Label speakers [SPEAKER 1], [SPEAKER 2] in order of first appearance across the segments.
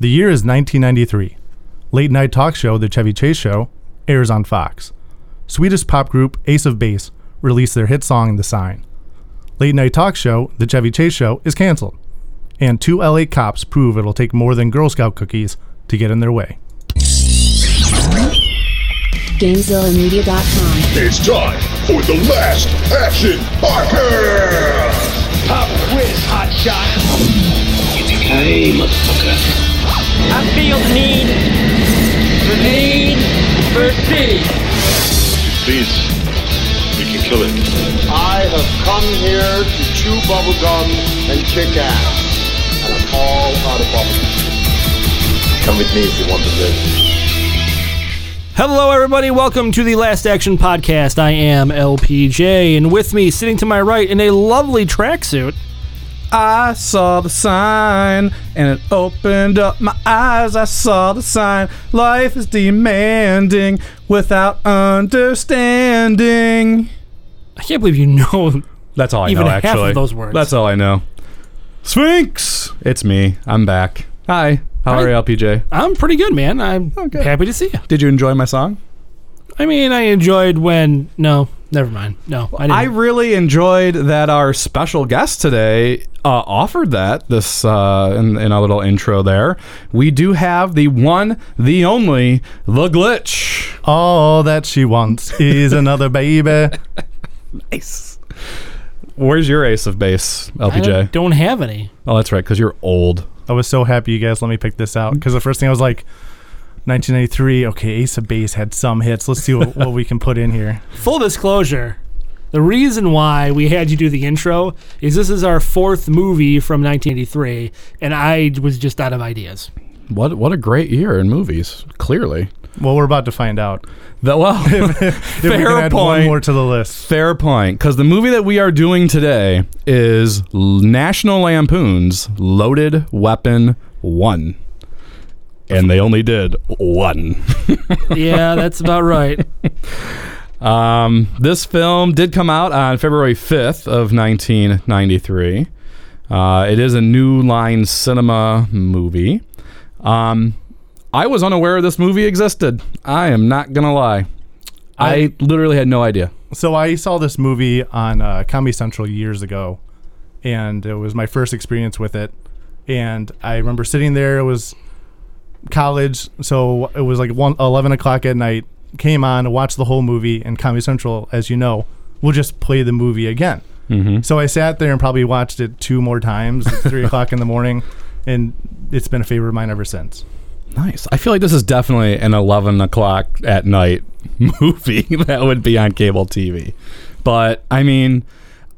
[SPEAKER 1] The year is 1993. Late night talk show The Chevy Chase Show airs on Fox. Swedish pop group Ace of Base released their hit song The Sign. Late night talk show The Chevy Chase Show is canceled. And two LA cops prove it'll take more than Girl Scout cookies to get in their way.
[SPEAKER 2] GameZillaMedia.com.
[SPEAKER 3] It's time for the last action podcast.
[SPEAKER 4] Pop quiz, hot shot. I feel the need, the need for speed.
[SPEAKER 3] Please, you can kill it.
[SPEAKER 5] I have come here to chew bubblegum and kick ass. And I'm all out of bubblegum.
[SPEAKER 3] Come with me if you want to live.
[SPEAKER 6] Hello, everybody. Welcome to the Last Action Podcast. I am LPJ, and with me, sitting to my right in a lovely tracksuit,
[SPEAKER 7] I saw the sign and it opened up my eyes. I saw the sign. Life is demanding without understanding.
[SPEAKER 6] I can't believe you know
[SPEAKER 7] That's all I
[SPEAKER 6] Even
[SPEAKER 7] know,
[SPEAKER 6] half of
[SPEAKER 7] actually.
[SPEAKER 6] those words.
[SPEAKER 7] That's all I know. Sphinx! It's me. I'm back. Hi. How
[SPEAKER 6] Hi.
[SPEAKER 7] are you, LPJ?
[SPEAKER 6] I'm pretty good, man. I'm
[SPEAKER 7] Oh, good.
[SPEAKER 6] happy to see you.
[SPEAKER 7] Did you enjoy my song?
[SPEAKER 6] I mean, I enjoyed when. No, never mind. No, I didn't.
[SPEAKER 7] I really enjoyed that our special guest today uh, offered that this uh, in, in our little intro there. We do have the one, the only, the glitch.
[SPEAKER 1] All that she wants is another baby.
[SPEAKER 7] Ace. Where's your ace of base,
[SPEAKER 6] I
[SPEAKER 7] LPJ?
[SPEAKER 6] don't have any.
[SPEAKER 7] Oh, that's right, because you're old.
[SPEAKER 1] I was so happy you guys let me pick this out because the first thing I was like, 1993. Okay, Ace of Base had some hits. Let's see what, what we can put in here.
[SPEAKER 6] Full disclosure. The reason why we had you do the intro is this is our fourth movie from 1983, and I was just out of ideas.
[SPEAKER 7] What what a great year in movies. Clearly,
[SPEAKER 1] Well, we're about to find out.
[SPEAKER 7] the, well,
[SPEAKER 1] If we can
[SPEAKER 7] Fair
[SPEAKER 1] add one
[SPEAKER 7] point.
[SPEAKER 1] more to the list.
[SPEAKER 7] fair point. Because the movie that we are doing today is National Lampoon's Loaded Weapon One, and they only did one.
[SPEAKER 6] Yeah, that's about right.
[SPEAKER 7] Um, this film did come out on February 5th of 1993. Uh, it is a New Line Cinema movie. Um, I was unaware this movie existed. I am not gonna lie. I literally had no idea.
[SPEAKER 1] So I saw this movie on uh, Comedy Central years ago, and it was my first experience with it. And I remember sitting there. It was college, so it was like one, 11 o'clock at night. Came on, watched the whole movie, and Comedy Central, as you know, will just play the movie again. So I sat there and probably watched it two more times, at three o'clock in the morning, and it's been a favorite of mine ever since.
[SPEAKER 7] Nice. I feel like this is definitely an 11 o'clock at night movie that would be on cable TV. But I mean,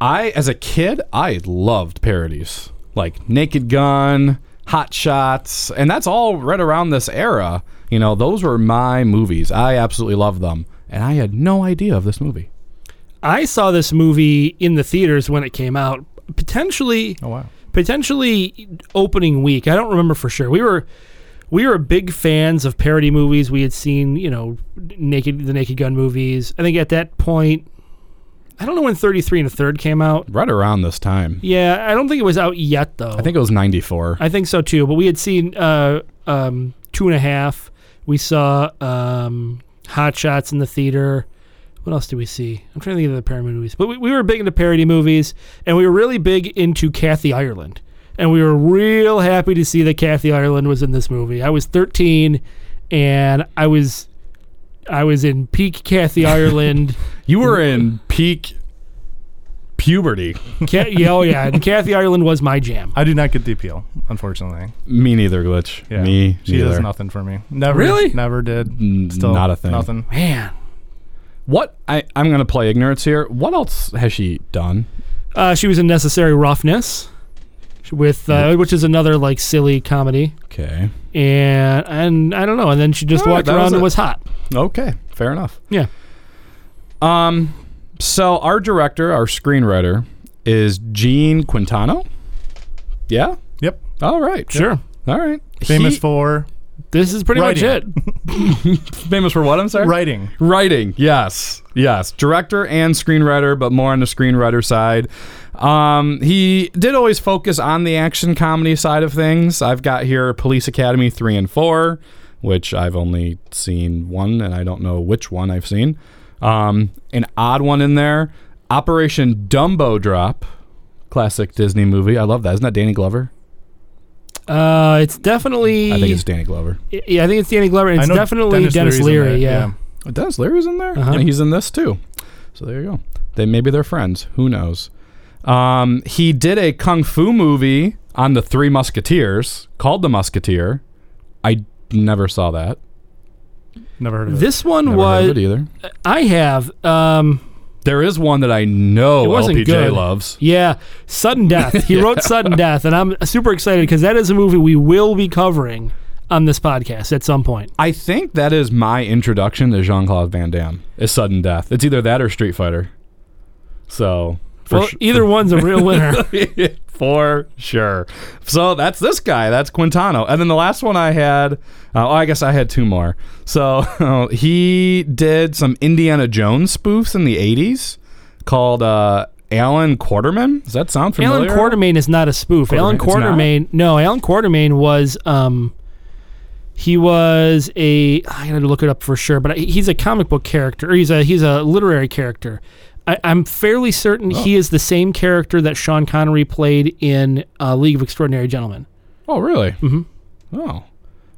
[SPEAKER 7] I, as a kid, I loved parodies like Naked Gun, Hot Shots, and that's all right around this era. You know, those were my movies. I absolutely loved them. And I had no idea of this movie.
[SPEAKER 6] I saw this movie in the theaters when it came out, potentially
[SPEAKER 1] Oh wow!
[SPEAKER 6] potentially opening week. I don't remember for sure. We were we were big fans of parody movies. We had seen, you know, Naked the Naked Gun movies. I think at that point I don't know when 33 and a third came out.
[SPEAKER 7] Right around this time.
[SPEAKER 6] Yeah, I don't think it was out yet though.
[SPEAKER 7] I think it was 94.
[SPEAKER 6] I think so too. But we had seen uh, um, two and a half. We saw um, Hot Shots in the theater. What else did we see? I'm trying to think of the parody movies. But we, we were big into parody movies, and we were really big into Kathy Ireland. And we were real happy to see that Kathy Ireland was in this movie. I was 13, and I was I was in peak Kathy Ireland.
[SPEAKER 7] You were in peak puberty.
[SPEAKER 6] Ca- yeah, oh yeah, and Kathy Ireland was my jam.
[SPEAKER 1] I do not get the appeal, unfortunately.
[SPEAKER 7] Me neither, Glitch.
[SPEAKER 1] Yeah.
[SPEAKER 7] Me
[SPEAKER 1] She does
[SPEAKER 7] neither.
[SPEAKER 1] nothing for me. Never.
[SPEAKER 6] Really?
[SPEAKER 1] Never did.
[SPEAKER 7] N-
[SPEAKER 1] Still
[SPEAKER 7] not a thing.
[SPEAKER 1] Nothing.
[SPEAKER 6] Man,
[SPEAKER 7] What I, I'm gonna play ignorance here. What else has she done?
[SPEAKER 6] Uh, she was in Necessary Roughness, with uh, which is another like silly comedy,
[SPEAKER 7] Okay.
[SPEAKER 6] and and I don't know. And then she just
[SPEAKER 7] All right,
[SPEAKER 6] walked
[SPEAKER 7] that
[SPEAKER 6] around
[SPEAKER 7] was
[SPEAKER 6] and
[SPEAKER 7] it.
[SPEAKER 6] was hot.
[SPEAKER 7] Okay. Fair enough.
[SPEAKER 6] Yeah,
[SPEAKER 7] Um, so our director, our screenwriter, is Gene Quintano. Yeah.
[SPEAKER 1] Yep.
[SPEAKER 7] All right.
[SPEAKER 6] sure.
[SPEAKER 7] All right.
[SPEAKER 1] Famous
[SPEAKER 7] He-
[SPEAKER 1] for
[SPEAKER 6] This is pretty much it.
[SPEAKER 1] Writing.
[SPEAKER 7] Famous for what? I'm sorry.
[SPEAKER 1] Writing.
[SPEAKER 7] Writing, yes, yes, director and screenwriter, but more on the screenwriter side. Um, he did always focus on the action comedy side of things. I've got here Police Academy three and four, which I've only seen one, and I don't know which one I've seen. Um, an odd one in there, Operation Dumbo Drop, classic Disney movie. I love that. Isn't that Danny Glover?
[SPEAKER 6] Uh, it's definitely.
[SPEAKER 7] I think it's Danny Glover.
[SPEAKER 6] yeah, I think it's Danny Glover. and
[SPEAKER 1] I
[SPEAKER 6] It's
[SPEAKER 1] know
[SPEAKER 6] definitely
[SPEAKER 1] Leary's
[SPEAKER 6] Dennis,
[SPEAKER 1] in
[SPEAKER 6] Leary.
[SPEAKER 1] there,
[SPEAKER 6] yeah.
[SPEAKER 7] Oh, Dennis Leary's in
[SPEAKER 6] Uh-huh.
[SPEAKER 7] there, and he's in this too. So there you go. They maybe they're friends. Who knows? Um, he did a kung fu movie on the Three Musketeers called The Musketeer. I never saw that.
[SPEAKER 1] Never heard of it.
[SPEAKER 6] This one
[SPEAKER 7] Never heard of it
[SPEAKER 6] was
[SPEAKER 7] either.
[SPEAKER 6] I have. Um,
[SPEAKER 7] There is one that I know
[SPEAKER 6] it wasn't
[SPEAKER 7] LPJ
[SPEAKER 6] good.
[SPEAKER 7] loves.
[SPEAKER 6] Yeah, sudden death. He wrote sudden death, and I'm super excited because that is a movie we will be covering on this podcast at some point.
[SPEAKER 7] I think that is my introduction to Jean Claude Van Damme. Is sudden death. It's either that or Street Fighter. So for
[SPEAKER 6] well,
[SPEAKER 7] su-
[SPEAKER 6] either one's a real winner.
[SPEAKER 7] for sure. So that's this guy. That's Quintano. And then the last one I had, uh, oh, I guess I had two more. So he did some Indiana Jones spoofs in the 80s called uh, Alan Quarterman. Does that sound
[SPEAKER 6] Alan
[SPEAKER 7] familiar?
[SPEAKER 6] Quartermain is not a spoof. Alan
[SPEAKER 7] Quartermain-
[SPEAKER 6] Quartermain, no, Alan Quartermain was um, he was a I gotta look it up for sure, but he's a comic book character. Or he's a he's a literary character. I, I'm fairly certain he is the same character that Sean Connery played in uh, League of Extraordinary Gentlemen.
[SPEAKER 7] Oh, really? Mm-hmm. Oh.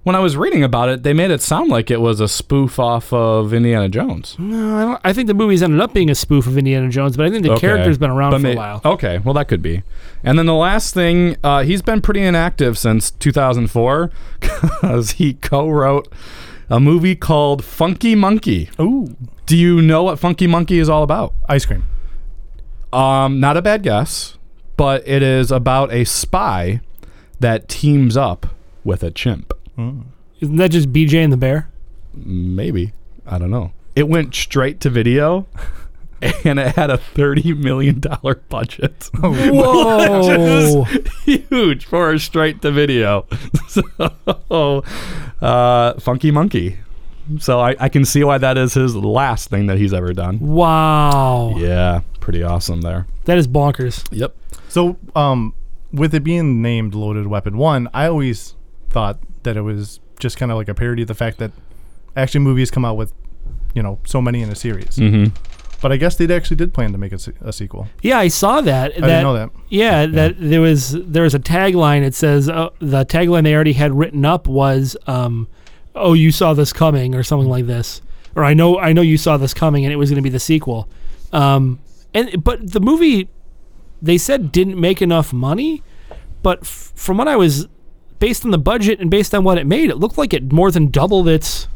[SPEAKER 7] When I was reading about it, they made it sound like it was a spoof off of Indiana Jones.
[SPEAKER 6] No, I, don't, I think the movie's ended up being a spoof of Indiana Jones, but I think the character's been around
[SPEAKER 7] But
[SPEAKER 6] for a
[SPEAKER 7] may- oh.
[SPEAKER 6] while.
[SPEAKER 7] Okay, well that could be. And then the last thing, uh, he's been pretty inactive since 2004 because he co-wrote a movie called Funky Monkey.
[SPEAKER 1] Ooh,
[SPEAKER 7] Do you know what Funky Monkey is all about?
[SPEAKER 1] ice cream.
[SPEAKER 7] Um, not a bad guess, but it is about a spy that teams up with a chimp.
[SPEAKER 6] Isn't that just BJ and the Bear?
[SPEAKER 7] Maybe I don't know. It went straight to video. And it had a thirty million dollar budget.
[SPEAKER 6] Whoa!
[SPEAKER 7] huge for a straight to video. so, uh, Funky Monkey. So I, I can see why that is his last thing that he's ever done.
[SPEAKER 6] wow,
[SPEAKER 7] Yeah, pretty awesome there.
[SPEAKER 6] that is bonkers.
[SPEAKER 7] Yep.
[SPEAKER 1] So, um, with it being named Loaded Weapon One, I always thought that it was just kind of like a parody of the fact that actually movies come out with, you know, so many in a series.
[SPEAKER 7] Mm.
[SPEAKER 1] Mm-hmm. But I guess they actually did plan to make a, se- a sequel.
[SPEAKER 6] Yeah, I saw that.
[SPEAKER 1] I didn't know that.
[SPEAKER 6] Yeah, that there was there was a tagline. It says uh, the tagline they already had written up was, um, "Oh, you saw this coming," or something like this, or "I know I know you saw this coming," and it was going to be the sequel. Um, and but the movie, they said didn't make enough money, but f- from what I was, based on the budget and based on what it made, it looked like it more than doubled its.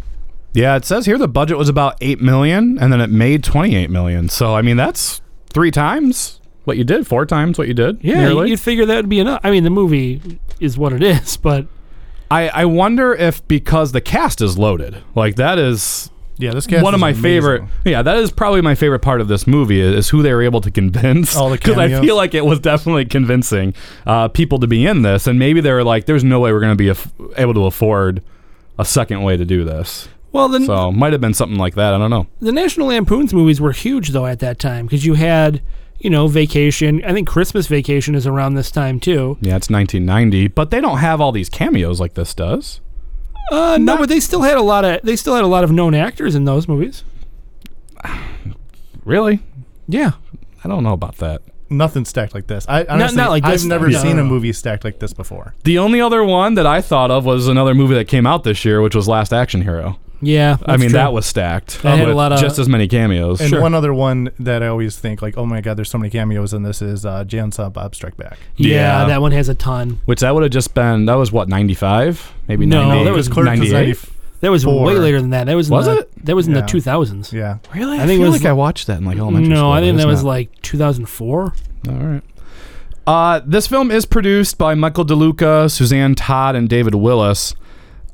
[SPEAKER 7] Yeah, it says here the budget was about eight million, and then it made twenty-eight million. So I mean, that's three times what you did, four times what you did.
[SPEAKER 6] Yeah,
[SPEAKER 7] nearly.
[SPEAKER 6] you'd figure that would be enough. I mean, the movie is what it is, but
[SPEAKER 7] I I wonder if because the cast is loaded, like that is
[SPEAKER 1] Yeah, this cast
[SPEAKER 7] one of
[SPEAKER 1] is
[SPEAKER 7] my
[SPEAKER 1] amazing.
[SPEAKER 7] favorite. Yeah, that is probably my favorite part of this movie is, is who they were able to convince.
[SPEAKER 1] All the
[SPEAKER 7] I
[SPEAKER 1] cameos.
[SPEAKER 7] feel like it was definitely convincing uh, people to be in this, and maybe they were like, "There's no way we're going to be aff- able to afford a second way to do this."
[SPEAKER 6] well, then
[SPEAKER 7] So might have been something like that. I don't know.
[SPEAKER 6] the National Lampoon's movies were huge though at that time because you had you know Vacation. I think Christmas Vacation is around this time too.
[SPEAKER 7] Yeah, it's 1990, but they don't have all these cameos like this does.
[SPEAKER 6] Uh, no, but they still had a lot of they still had a lot of known actors in those movies.
[SPEAKER 7] Really?
[SPEAKER 6] Yeah,
[SPEAKER 7] I don't know about that.
[SPEAKER 1] Nothing stacked like this. I honestly,
[SPEAKER 6] not like this
[SPEAKER 1] I've
[SPEAKER 6] stacked,
[SPEAKER 1] never
[SPEAKER 6] no,
[SPEAKER 1] seen
[SPEAKER 6] no,
[SPEAKER 1] a
[SPEAKER 6] no.
[SPEAKER 1] movie stacked like this before.
[SPEAKER 7] The only other one that I thought of was another movie that came out this year, which was Last Action Hero.
[SPEAKER 6] yeah.
[SPEAKER 7] I
[SPEAKER 6] that's
[SPEAKER 7] mean,
[SPEAKER 6] true.
[SPEAKER 7] that was stacked.
[SPEAKER 6] That had a
[SPEAKER 7] with
[SPEAKER 6] lot of-
[SPEAKER 7] just as many cameos.
[SPEAKER 1] And one other one that I always think like, oh my god, there's so many cameos in this is uh, Jan Sub Bob Strike Back.
[SPEAKER 6] yeah,
[SPEAKER 7] yeah.
[SPEAKER 6] that one has a ton.
[SPEAKER 7] Which that would have just been that was what ninety five, maybe
[SPEAKER 6] No,
[SPEAKER 7] ninety.
[SPEAKER 6] that was
[SPEAKER 1] Clerks was
[SPEAKER 7] 98?
[SPEAKER 1] 90
[SPEAKER 6] That was
[SPEAKER 1] Four.
[SPEAKER 6] way later than that. That was in
[SPEAKER 7] Was
[SPEAKER 6] the,
[SPEAKER 7] it?
[SPEAKER 6] That was in the
[SPEAKER 1] Yeah.
[SPEAKER 6] two thousands.
[SPEAKER 1] Yeah,
[SPEAKER 7] Really, I,
[SPEAKER 6] think
[SPEAKER 7] feel
[SPEAKER 6] it was-
[SPEAKER 7] like I watched that in like elementary school.
[SPEAKER 6] No, I think
[SPEAKER 7] but
[SPEAKER 6] that
[SPEAKER 7] it's
[SPEAKER 6] was
[SPEAKER 7] not.
[SPEAKER 6] like two thousand four.
[SPEAKER 7] all right. Uh, this film is produced by Michael DeLuca, Suzanne Todd, and David Willis.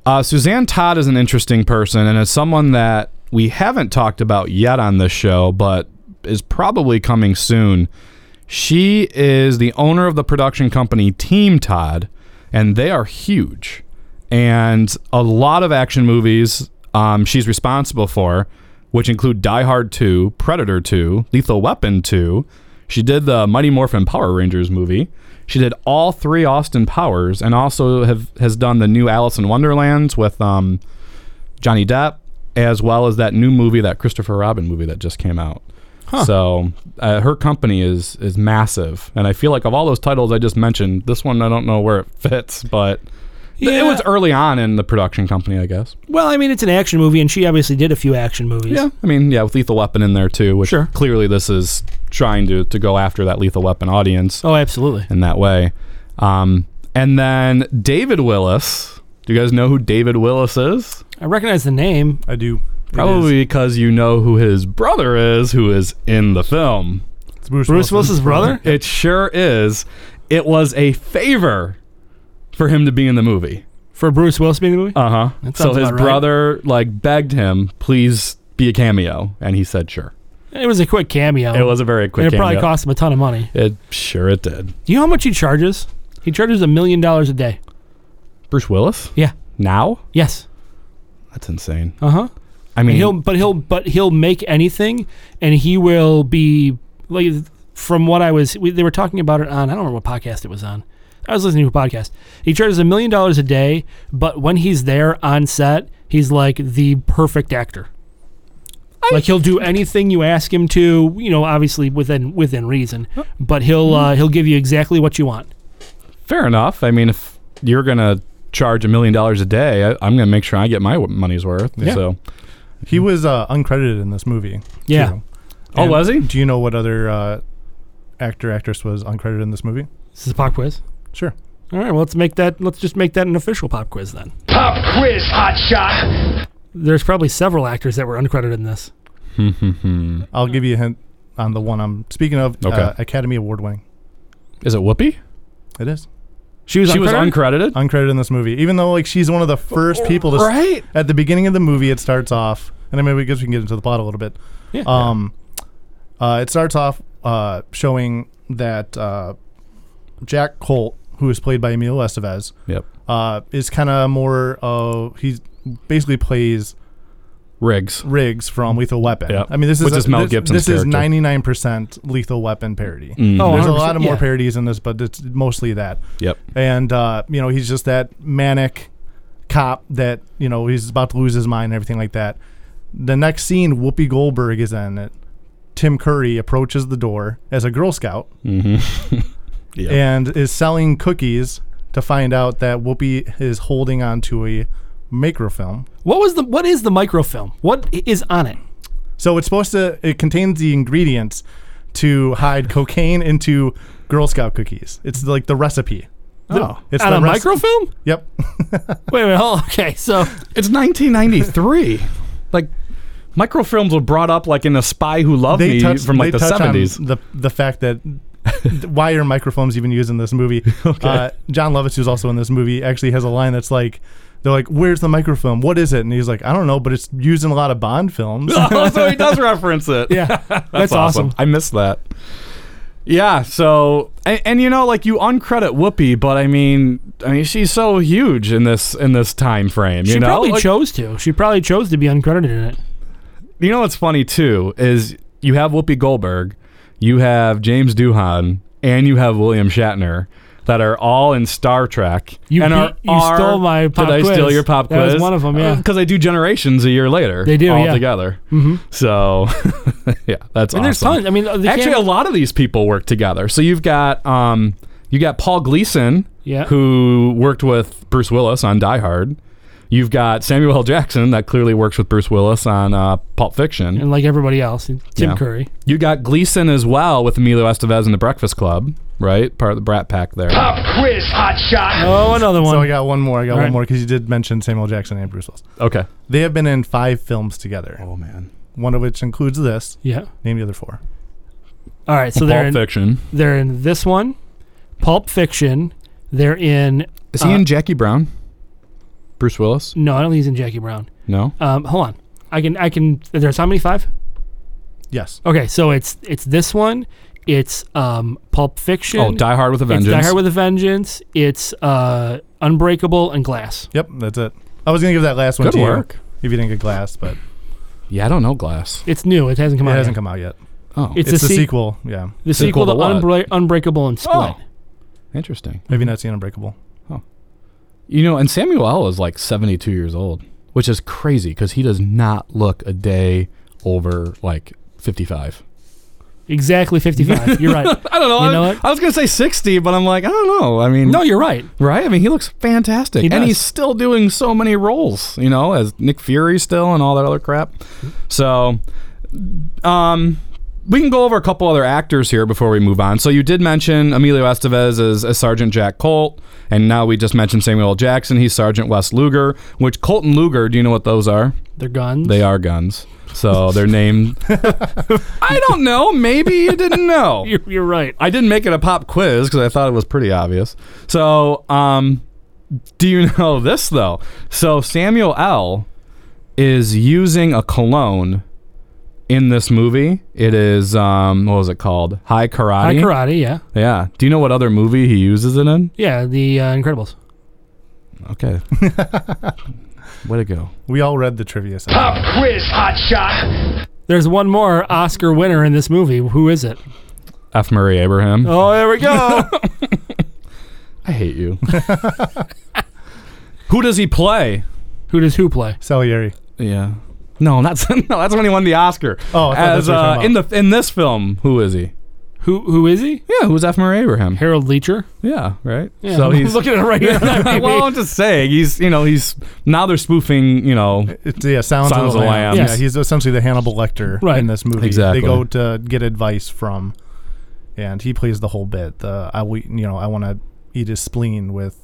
[SPEAKER 7] Uh, Suzanne Todd is an interesting person and is someone that we haven't talked about yet on this show, but is probably coming soon. She is the owner of the production company Team Todd, and they are huge. and a lot of action movies um, she's responsible for, which include Die Hard 2, Predator 2, Lethal Weapon 2. She did the Mighty Morphin Power Rangers movie. She did all three Austin Powers, and also have has done the new Alice in Wonderlands with um, Johnny Depp, as well as that new movie, that Christopher Robin movie that just came out. So uh, her company is is massive, and I feel like of all those titles I just mentioned, this one I don't know where it fits, but th-
[SPEAKER 6] Yeah.
[SPEAKER 7] it was early on in the production company, I guess.
[SPEAKER 6] Well, I mean, it's an action movie, and she obviously did a few action movies.
[SPEAKER 7] Yeah, I mean, yeah, with Lethal Weapon in there too, which
[SPEAKER 6] Sure.
[SPEAKER 7] clearly this is trying to to go after that Lethal Weapon audience
[SPEAKER 6] Oh, absolutely.
[SPEAKER 7] in that way. Um, and then David Willis. Do you guys know who David Willis is?
[SPEAKER 6] I recognize the name.
[SPEAKER 1] I do. It is.
[SPEAKER 7] Probably because you know who his brother is, who is in the film.
[SPEAKER 1] It's Bruce,
[SPEAKER 6] Bruce Willis's brother?
[SPEAKER 7] It sure is. It was a favor for him to be in the movie.
[SPEAKER 6] For Bruce Willis being in the movie?
[SPEAKER 7] Uh huh.
[SPEAKER 6] That
[SPEAKER 7] So
[SPEAKER 6] sounds
[SPEAKER 7] his
[SPEAKER 6] about right.
[SPEAKER 7] brother like begged him, please be a cameo, and he said sure.
[SPEAKER 6] it was a quick cameo.
[SPEAKER 7] It was a very
[SPEAKER 6] And
[SPEAKER 7] quick
[SPEAKER 6] it probably
[SPEAKER 7] cameo.
[SPEAKER 6] cost him a ton of money.
[SPEAKER 7] it sure it did.
[SPEAKER 6] Do you know how much he charges? He charges a million dollars a day.
[SPEAKER 7] Bruce Willis
[SPEAKER 6] Yeah.
[SPEAKER 7] now?
[SPEAKER 6] Yes.
[SPEAKER 7] That's insane.
[SPEAKER 6] Uh huh.
[SPEAKER 7] I mean,
[SPEAKER 6] He'll, but he'll, but he'll make anything, and he will be like. From what I was, we, they were talking about it on. I don't remember what podcast it was on. I was listening to a podcast. He charges a million dollars a day, but when he's there on set, he's like the perfect actor. like he'll do anything you ask him to. You know, obviously within within reason, but he'll uh, he'll give you exactly what you want.
[SPEAKER 7] fair enough. I mean, if you're gonna charge a million dollars a day, I, I'm gonna make sure I get my w- money's worth.
[SPEAKER 1] Yeah.
[SPEAKER 7] So,
[SPEAKER 1] He was uh, uncredited in this movie.
[SPEAKER 6] Yeah.
[SPEAKER 1] too.
[SPEAKER 7] Oh,
[SPEAKER 1] And
[SPEAKER 7] was he?
[SPEAKER 1] Do you know what other uh, actor actress was uncredited in this movie?
[SPEAKER 6] This is a pop quiz.
[SPEAKER 1] Sure.
[SPEAKER 6] All right, well, let's make that. Let's just make that an official pop quiz then.
[SPEAKER 4] Pop quiz, hot shot.
[SPEAKER 6] There's probably several actors that were uncredited in this.
[SPEAKER 1] I'll give you a hint on the one I'm speaking of.
[SPEAKER 7] Okay.
[SPEAKER 1] Uh, Academy Award winning.
[SPEAKER 7] is it Whoopi?
[SPEAKER 1] It is
[SPEAKER 6] She was
[SPEAKER 7] She was
[SPEAKER 6] uncredited?
[SPEAKER 7] uncredited.
[SPEAKER 1] uncredited Uh, in this movie, even though like she's one of the first people to s-
[SPEAKER 7] Oh, Right.
[SPEAKER 1] at the beginning of the movie. It starts off, and I mean, I guess we can get into the plot a little bit.
[SPEAKER 6] Yeah.
[SPEAKER 1] Um, uh, it starts off uh, showing that uh, Jack Colt, who is played by Emilio Estevez,
[SPEAKER 7] Yep.
[SPEAKER 1] uh, is kind of more of he's basically plays
[SPEAKER 7] Riggs.
[SPEAKER 1] Riggs from Lethal Weapon.
[SPEAKER 7] Yeah.
[SPEAKER 1] I mean, this is
[SPEAKER 7] Which is Mel
[SPEAKER 1] this,
[SPEAKER 7] Gibson's
[SPEAKER 1] this is
[SPEAKER 7] character. Mm.
[SPEAKER 1] ninety nine percent Lethal Weapon parody.
[SPEAKER 6] Oh,
[SPEAKER 1] There's a
[SPEAKER 6] 100%,
[SPEAKER 1] lot of more
[SPEAKER 6] yeah.
[SPEAKER 1] parodies in this, but it's mostly that.
[SPEAKER 7] Yep.
[SPEAKER 1] And uh, you know, he's just that manic cop that you know he's about to lose his mind and everything like that. The next scene, Whoopi Goldberg is in it. Tim Curry approaches the door as a Girl Scout
[SPEAKER 7] Yeah.
[SPEAKER 1] and is selling cookies to find out that Whoopi is holding on to a microfilm
[SPEAKER 6] What was the? What is the microfilm? What i- is on it?
[SPEAKER 1] So it's supposed to. It contains the ingredients to hide cocaine into Girl Scout cookies. It's like the recipe.
[SPEAKER 6] Oh,
[SPEAKER 1] it's
[SPEAKER 6] on
[SPEAKER 1] the
[SPEAKER 6] a
[SPEAKER 1] rest-
[SPEAKER 6] microfilm.
[SPEAKER 1] Yep.
[SPEAKER 6] Wait, wait, hold. Okay, so
[SPEAKER 7] It's 1993. like microfilms were brought up like in a Spy Who Loved
[SPEAKER 1] They
[SPEAKER 7] Me
[SPEAKER 1] touch
[SPEAKER 7] from like
[SPEAKER 1] they
[SPEAKER 7] the
[SPEAKER 1] touch on
[SPEAKER 7] 70s.
[SPEAKER 1] The the fact that why are microphones even used in this movie? Uh, John Lovitz, who's also in this movie, actually has a line that's like. They're like, "Where's the microfilm? What is it?" And he's like, "I don't know, but it's used in a lot of Bond films."
[SPEAKER 7] oh, so he does reference it.
[SPEAKER 6] yeah, that's, awesome.
[SPEAKER 7] I missed that. Yeah, so and, and you know, like you uncredit Whoopi, but I mean, I mean, she's so huge in this in this time frame. You
[SPEAKER 6] She
[SPEAKER 7] know,
[SPEAKER 6] probably
[SPEAKER 7] Like,
[SPEAKER 6] chose to. She probably chose to be uncredited in it.
[SPEAKER 7] you know what's funny too is you have Whoopi Goldberg, you have James Doohan, and you have William Shatner that are all in Star Trek.
[SPEAKER 6] You
[SPEAKER 7] and
[SPEAKER 6] beat-
[SPEAKER 7] are,
[SPEAKER 6] you
[SPEAKER 7] are-
[SPEAKER 6] stole my pop
[SPEAKER 7] Did I steal
[SPEAKER 6] quiz.
[SPEAKER 7] your pop
[SPEAKER 6] That was
[SPEAKER 7] quiz?
[SPEAKER 6] one of 'em, yeah.
[SPEAKER 7] Because I do Generations a year later.
[SPEAKER 6] They do,
[SPEAKER 7] all
[SPEAKER 6] yeah.
[SPEAKER 7] together. Mm-hmm. So, yeah, that's
[SPEAKER 6] And there's tons. I mean, uh, they
[SPEAKER 7] actually
[SPEAKER 6] can't-
[SPEAKER 7] a lot of these people work together. So you've got um, you got Paul Gleason,
[SPEAKER 6] Yeah.
[SPEAKER 7] who worked with Bruce Willis on Die Hard. You've got Samuel L. Jackson that clearly works with Bruce Willis on uh, Pulp Fiction.
[SPEAKER 6] and like everybody else, and Tim
[SPEAKER 7] Yeah.
[SPEAKER 6] Curry.
[SPEAKER 7] You got Gleason as well with Emilio Estevez in The Breakfast Club, right? Part of the Brat Pack there.
[SPEAKER 6] Ah!
[SPEAKER 4] Pop quiz, hot shot.
[SPEAKER 6] Oh, another one.
[SPEAKER 1] so I got one more. I got
[SPEAKER 6] right.
[SPEAKER 1] one more because you did mention Samuel Jackson and Bruce Willis.
[SPEAKER 7] Okay.
[SPEAKER 1] They have been in five films together. Oh man. One of which includes this.
[SPEAKER 6] yeah.
[SPEAKER 1] Name the other four.
[SPEAKER 6] All right. So they're
[SPEAKER 7] Pulp
[SPEAKER 6] in,
[SPEAKER 7] Fiction.
[SPEAKER 6] they're in this one, Pulp Fiction. They're in.
[SPEAKER 7] Is he in Jackie Brown? Bruce Willis?
[SPEAKER 6] No, I don't think he's in Jackie Brown.
[SPEAKER 7] No.
[SPEAKER 6] Um, hold on. I can. I can. There's how many? Five.
[SPEAKER 1] Yes.
[SPEAKER 6] Okay, so it's it's this one, It's um, Pulp Fiction.
[SPEAKER 7] Oh, Die Hard with a Vengeance.
[SPEAKER 6] It's Die Hard with a Vengeance. It's uh, Unbreakable and Glass.
[SPEAKER 1] Yep, that's it. I was gonna give that last one
[SPEAKER 7] Good
[SPEAKER 1] to
[SPEAKER 7] work.
[SPEAKER 1] you if you didn't get Glass, but
[SPEAKER 7] yeah, I don't know Glass.
[SPEAKER 6] It's new. It hasn't come
[SPEAKER 1] it
[SPEAKER 6] out.
[SPEAKER 1] hasn't
[SPEAKER 6] yet.
[SPEAKER 1] come out yet.
[SPEAKER 7] Oh,
[SPEAKER 6] It's,
[SPEAKER 1] It's
[SPEAKER 6] a
[SPEAKER 1] the
[SPEAKER 6] se-
[SPEAKER 1] sequel. Yeah,
[SPEAKER 6] The sequel,
[SPEAKER 7] Sequel to
[SPEAKER 6] to
[SPEAKER 7] what?
[SPEAKER 6] Unbra- Unbreakable and Split.
[SPEAKER 7] Oh. interesting.
[SPEAKER 1] maybe not seen Unbreakable.
[SPEAKER 7] You know, and Samuel L. is like 72 years old, which is crazy because he does not look a day over like 55.
[SPEAKER 6] Exactly 55. You're right.
[SPEAKER 7] I don't know.
[SPEAKER 6] You
[SPEAKER 7] I,
[SPEAKER 6] know what?
[SPEAKER 7] I was going to say 60, but I'm like, I don't know. I mean,
[SPEAKER 6] No, you're right.
[SPEAKER 7] right? I mean, he looks fantastic.
[SPEAKER 6] He
[SPEAKER 7] and
[SPEAKER 6] does.
[SPEAKER 7] he's still doing so many roles, you know, as Nick Fury still and all that other crap. So, um, we can go over a couple other actors here before we move on. So you did mention Emilio Estevez as, as Sergeant Jack Colt, and now we just mentioned Samuel L. Jackson. He's Sergeant Wes Luger. Which Colt and Luger, do you know what those are?
[SPEAKER 6] They're guns.
[SPEAKER 7] They are guns. So they're named. I don't know. Maybe you didn't know.
[SPEAKER 6] You're, you're right.
[SPEAKER 7] I didn't make it a pop quiz because I thought it was pretty obvious. So, um, do you know this though? So Samuel L. is using a cologne in this movie. It is um, what was it called? High
[SPEAKER 6] High
[SPEAKER 7] Karate.
[SPEAKER 6] karate, yeah.
[SPEAKER 7] Yeah. Do you know what other movie he uses it in?
[SPEAKER 6] Yeah, the uh, Incredibles.
[SPEAKER 7] Okay. Way to go.
[SPEAKER 1] We all read the trivia. so-
[SPEAKER 4] Pop quiz, hot shot.
[SPEAKER 6] There's one more Oscar winner in this movie. Who is it?
[SPEAKER 7] F. Murray Abraham.
[SPEAKER 6] Oh, there we go.
[SPEAKER 7] I hate you. Who does he play?
[SPEAKER 6] who does who play?
[SPEAKER 1] Salieri.
[SPEAKER 7] Yeah. No, that's no, that's when he won the Oscar.
[SPEAKER 1] Oh, I thought that's
[SPEAKER 7] as
[SPEAKER 1] what you were
[SPEAKER 7] uh,
[SPEAKER 1] talking
[SPEAKER 7] in the in this film, who is he?
[SPEAKER 6] Who who is he?
[SPEAKER 7] Yeah, who's F. Murray Abraham?
[SPEAKER 6] Harold Leacher.
[SPEAKER 7] Yeah, right.
[SPEAKER 6] Yeah,
[SPEAKER 7] so
[SPEAKER 6] I'm
[SPEAKER 7] he's
[SPEAKER 6] looking at it right here.
[SPEAKER 7] well, I'm just saying he's you know he's now they're spoofing you know
[SPEAKER 1] It's, yeah, Sounds,
[SPEAKER 7] Sounds
[SPEAKER 1] of
[SPEAKER 7] of
[SPEAKER 1] the
[SPEAKER 7] the
[SPEAKER 1] Lamb.
[SPEAKER 7] Lambs.
[SPEAKER 1] Yeah, he's essentially the Hannibal Lecter
[SPEAKER 6] Right.
[SPEAKER 1] in this movie.
[SPEAKER 7] Exactly.
[SPEAKER 1] They go to get advice from, and he plays the whole bit. The I we, you know I want to eat his spleen with.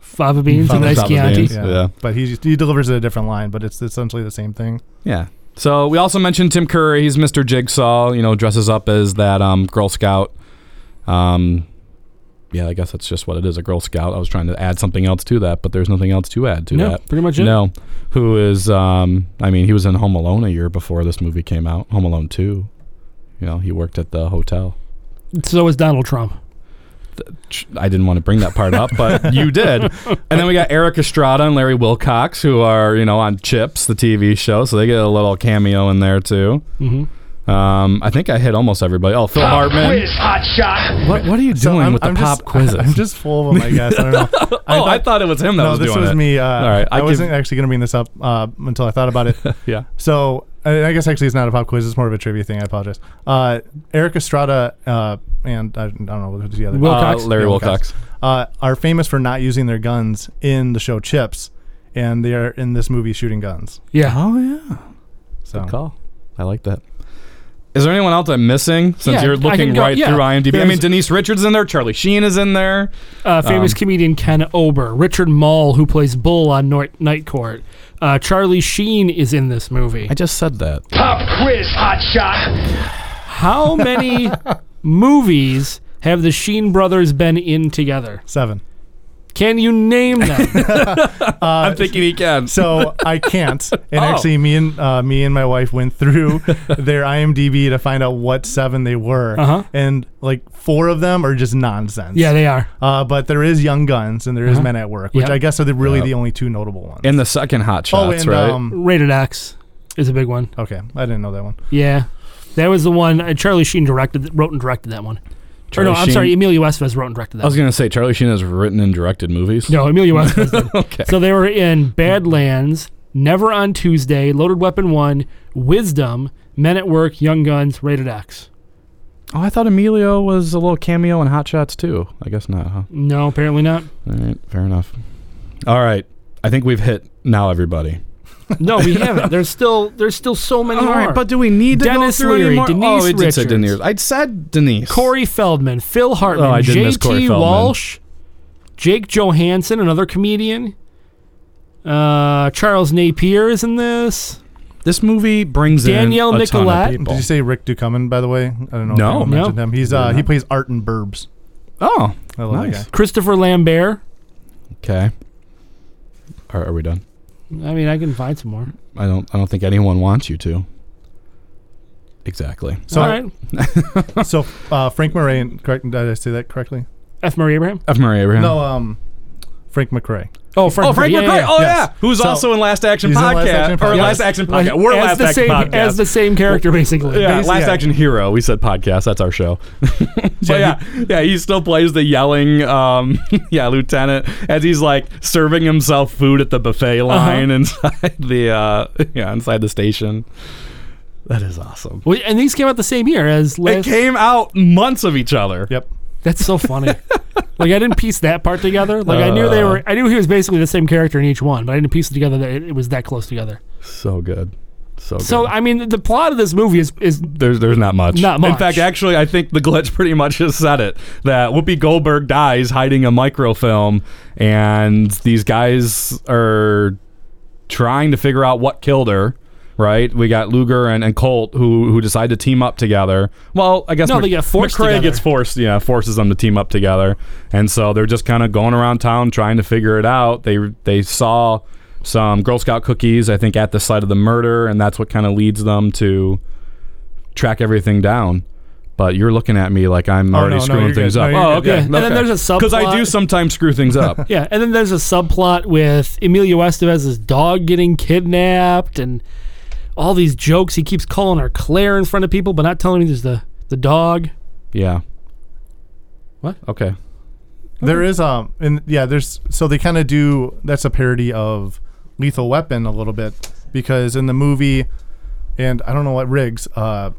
[SPEAKER 6] Fava beans and
[SPEAKER 1] Fava
[SPEAKER 6] nice
[SPEAKER 7] Fava
[SPEAKER 6] Chianti.
[SPEAKER 7] beans. Yeah.
[SPEAKER 1] But he he delivers it a different line, but it's essentially the same thing.
[SPEAKER 7] yeah. So we also mentioned Tim Curry. He's Mr. Jigsaw. You know, dresses up as that um, Girl Scout. Um, yeah, I guess that's just what it is—a Girl Scout. I was trying to add something else to that, but there's nothing else to add to
[SPEAKER 6] No,
[SPEAKER 7] that.
[SPEAKER 6] pretty much it.
[SPEAKER 7] No, who is? Um, I mean, he was in Home Alone a year before this movie came out. Home Alone Two. You know, he worked at the hotel.
[SPEAKER 6] So is Donald Trump.
[SPEAKER 7] I didn't want to bring that part up, but you did. And then we got Eric Estrada and Larry Wilcox, who are you know on Chips, the TV show, so they get a little cameo in there too. Mm-hmm. Um, I think I hit almost everybody. Oh, Phil
[SPEAKER 1] Ah,
[SPEAKER 4] Pop
[SPEAKER 7] Hartman.
[SPEAKER 4] quiz, hot shot.
[SPEAKER 7] What, what are you doing
[SPEAKER 1] So I'm-
[SPEAKER 7] with the
[SPEAKER 1] I'm
[SPEAKER 7] pop
[SPEAKER 1] just,
[SPEAKER 7] quizzes?
[SPEAKER 1] I'm just full of them, I guess. I don't know. oh,
[SPEAKER 7] oh, I thought it was him that
[SPEAKER 1] no,
[SPEAKER 7] was
[SPEAKER 1] this
[SPEAKER 7] doing
[SPEAKER 1] was
[SPEAKER 7] it.
[SPEAKER 1] me. Uh,
[SPEAKER 7] All right,
[SPEAKER 1] I,
[SPEAKER 7] I give-
[SPEAKER 1] wasn't actually going to bring this up uh, until I thought about it.
[SPEAKER 7] Yeah.
[SPEAKER 1] So I I guess actually it's not a pop quiz. It's more of a trivia thing. I apologize. Uh, Eric Estrada uh, and I, I don't know who's the other.
[SPEAKER 6] Will-
[SPEAKER 1] guy.
[SPEAKER 7] Uh,
[SPEAKER 6] Wilcox?
[SPEAKER 7] Larry
[SPEAKER 1] Yeah,
[SPEAKER 7] Wilcox.
[SPEAKER 1] uh, are famous for not using their guns in the show Chips, and they are in this movie shooting guns.
[SPEAKER 6] Yeah.
[SPEAKER 7] Oh yeah.
[SPEAKER 1] So
[SPEAKER 7] Good call. I like that. Is there anyone else I'm missing? Since
[SPEAKER 6] Yeah, I
[SPEAKER 7] you're
[SPEAKER 6] can
[SPEAKER 7] looking
[SPEAKER 6] go-
[SPEAKER 7] right
[SPEAKER 6] yeah.
[SPEAKER 7] through IMDb, I mean
[SPEAKER 6] There's-
[SPEAKER 7] Denise Richards in there, Charlie Sheen is in there.
[SPEAKER 6] Uh, famous
[SPEAKER 7] Um,
[SPEAKER 6] comedian Ken Ober, Richard Mall, who plays Bull on Noi- Night Court. Uh, Charlie Sheen is in this movie.
[SPEAKER 7] I just said that.
[SPEAKER 4] Pop quiz, hot shot.
[SPEAKER 6] How many movies have the Sheen brothers been in together?
[SPEAKER 1] seven.
[SPEAKER 6] Can you name them?
[SPEAKER 7] I'm thinking he can.
[SPEAKER 1] So I can't. And
[SPEAKER 6] Oh.
[SPEAKER 1] actually, me and uh, me and my wife went through their IMDb to find out what seven they were,
[SPEAKER 6] Uh-huh.
[SPEAKER 1] and like four of them are just nonsense.
[SPEAKER 6] yeah, they are.
[SPEAKER 1] Uh, but there is Young Guns and there is Men at Work, which
[SPEAKER 6] Yep.
[SPEAKER 1] I guess are the, really the only two notable ones.
[SPEAKER 7] In the second Hot Shots,
[SPEAKER 1] oh, and
[SPEAKER 7] right?
[SPEAKER 1] um,
[SPEAKER 6] Rated X is a big one.
[SPEAKER 1] okay, I didn't know that one.
[SPEAKER 6] Yeah. That was the one uh, Charlie Sheen directed, wrote and directed that one.
[SPEAKER 7] Charlie
[SPEAKER 6] or oh, no, I'm
[SPEAKER 7] Sheen-
[SPEAKER 6] sorry, Emilio Estevez wrote and directed that.
[SPEAKER 7] I was
[SPEAKER 6] One.
[SPEAKER 7] gonna say Charlie Sheen has written and directed movies.
[SPEAKER 6] No, Emilio Estevez did.
[SPEAKER 7] Okay.
[SPEAKER 6] So they were in Badlands, Never on Tuesday, Loaded Weapon 1, Wisdom, Men at Work, Young Guns, Rated X.
[SPEAKER 7] Oh, I thought Emilio was a little cameo in Hot Shots too. I guess not, huh?
[SPEAKER 6] No, apparently not.
[SPEAKER 7] All right, fair enough. All right, I think we've hit now everybody.
[SPEAKER 6] No, we haven't. There's still there's still so many
[SPEAKER 7] All
[SPEAKER 6] more.
[SPEAKER 7] right, but do we need to
[SPEAKER 6] Dennis
[SPEAKER 7] go through
[SPEAKER 6] Leary,
[SPEAKER 7] anymore?
[SPEAKER 6] Denise
[SPEAKER 7] oh, it did say
[SPEAKER 6] Richards.
[SPEAKER 7] Denise. I said Denise.
[SPEAKER 6] Corey Feldman, Phil Hartman,
[SPEAKER 7] Oh, I did miss
[SPEAKER 6] J.T.
[SPEAKER 7] Corey Feldman.
[SPEAKER 6] Walsh, Jake Johansson, another comedian. Uh, Charles Napier is in this.
[SPEAKER 7] This movie brings
[SPEAKER 6] Danielle
[SPEAKER 7] in a
[SPEAKER 6] Nicolette.
[SPEAKER 7] ton of people.
[SPEAKER 1] Did you say Rick Ducommun, by the way? I don't know.
[SPEAKER 7] No.
[SPEAKER 1] if anyone
[SPEAKER 7] No.
[SPEAKER 1] mentioned him. He's uh, he plays Art and Burbs.
[SPEAKER 7] Oh,
[SPEAKER 1] I love that
[SPEAKER 7] Nice.
[SPEAKER 1] guy.
[SPEAKER 6] Christopher Lambert.
[SPEAKER 7] okay. Are, are we done?
[SPEAKER 6] I mean, I can find some more.
[SPEAKER 7] I don't. I don't think anyone wants you to. Exactly.
[SPEAKER 1] So,
[SPEAKER 6] All right.
[SPEAKER 1] so uh, Frank Moran, correct? Did I say that correctly?
[SPEAKER 6] F. Murray Abraham.
[SPEAKER 7] F. Murray Abraham.
[SPEAKER 1] No, um, Frank McRae.
[SPEAKER 6] Oh, Frank.
[SPEAKER 7] Oh, Frank
[SPEAKER 6] yeah,
[SPEAKER 7] McRae.
[SPEAKER 6] yeah.
[SPEAKER 7] Oh,
[SPEAKER 1] Yes.
[SPEAKER 7] yeah. Who's
[SPEAKER 1] So-
[SPEAKER 7] also in Last Action
[SPEAKER 1] He's in
[SPEAKER 7] Podcast.
[SPEAKER 1] Last Action
[SPEAKER 7] Or
[SPEAKER 1] Podcast.
[SPEAKER 7] Last Action Podcast. We're
[SPEAKER 6] as
[SPEAKER 7] Last
[SPEAKER 6] the
[SPEAKER 7] Action
[SPEAKER 6] same,
[SPEAKER 7] Podcast.
[SPEAKER 6] As the same character, basically.
[SPEAKER 7] yeah, Last
[SPEAKER 1] yeah.
[SPEAKER 7] Action Hero. We said podcast. That's our show. but
[SPEAKER 1] Yeah,
[SPEAKER 7] yeah, yeah, he still plays the yelling, um, yeah, lieutenant as he's like serving himself food at the buffet
[SPEAKER 1] Uh-huh.
[SPEAKER 7] line inside the uh, yeah inside the station. That is awesome.
[SPEAKER 6] Well, And these came out the same year as
[SPEAKER 7] It
[SPEAKER 6] last.
[SPEAKER 7] came out months of each other.
[SPEAKER 1] Yep.
[SPEAKER 6] That's so funny. like I didn't piece that part together. Like I knew
[SPEAKER 7] Uh.
[SPEAKER 6] they were. I knew he was basically the same character in each one, but I didn't piece it together that it, it was that close together.
[SPEAKER 7] So good. So good.
[SPEAKER 6] So I mean, the plot of this movie is is
[SPEAKER 7] There's there's not much.
[SPEAKER 6] Not much.
[SPEAKER 7] In fact, actually, I think the glitch pretty much has said it. That Whoopi Goldberg dies hiding a microfilm, and these guys are trying to figure out what killed her. Right? We got Luger and, and Colt who who decide to team up together. Well, I guess
[SPEAKER 6] No, they get forced
[SPEAKER 7] McCray
[SPEAKER 6] together.
[SPEAKER 7] gets forced. Yeah, forces them to team up together, and so they're just kind of going around town trying to figure it out. They they saw. Some Girl Scout cookies, I think, at the site of the murder, and that's what kind of leads them to track everything down. But you're looking at me like I'm already
[SPEAKER 1] no, no,
[SPEAKER 7] screwing
[SPEAKER 1] you're
[SPEAKER 7] things
[SPEAKER 1] good.
[SPEAKER 7] up.
[SPEAKER 1] No, you're
[SPEAKER 7] oh,
[SPEAKER 1] good.
[SPEAKER 7] okay.
[SPEAKER 1] Yeah.
[SPEAKER 6] And then there's a
[SPEAKER 7] because I do
[SPEAKER 6] subplot.
[SPEAKER 7] sometimes screw things up.
[SPEAKER 6] yeah. And then there's a subplot with Emilio Estevez's dog getting kidnapped and all these jokes. He keeps calling her Claire in front of people, but not telling me there's the the dog.
[SPEAKER 7] yeah.
[SPEAKER 6] What?
[SPEAKER 7] Okay.
[SPEAKER 1] There is um and yeah, there's so they kind of do that's a parody of Lethal Weapon a little bit because in the movie and I don't know what Riggs uh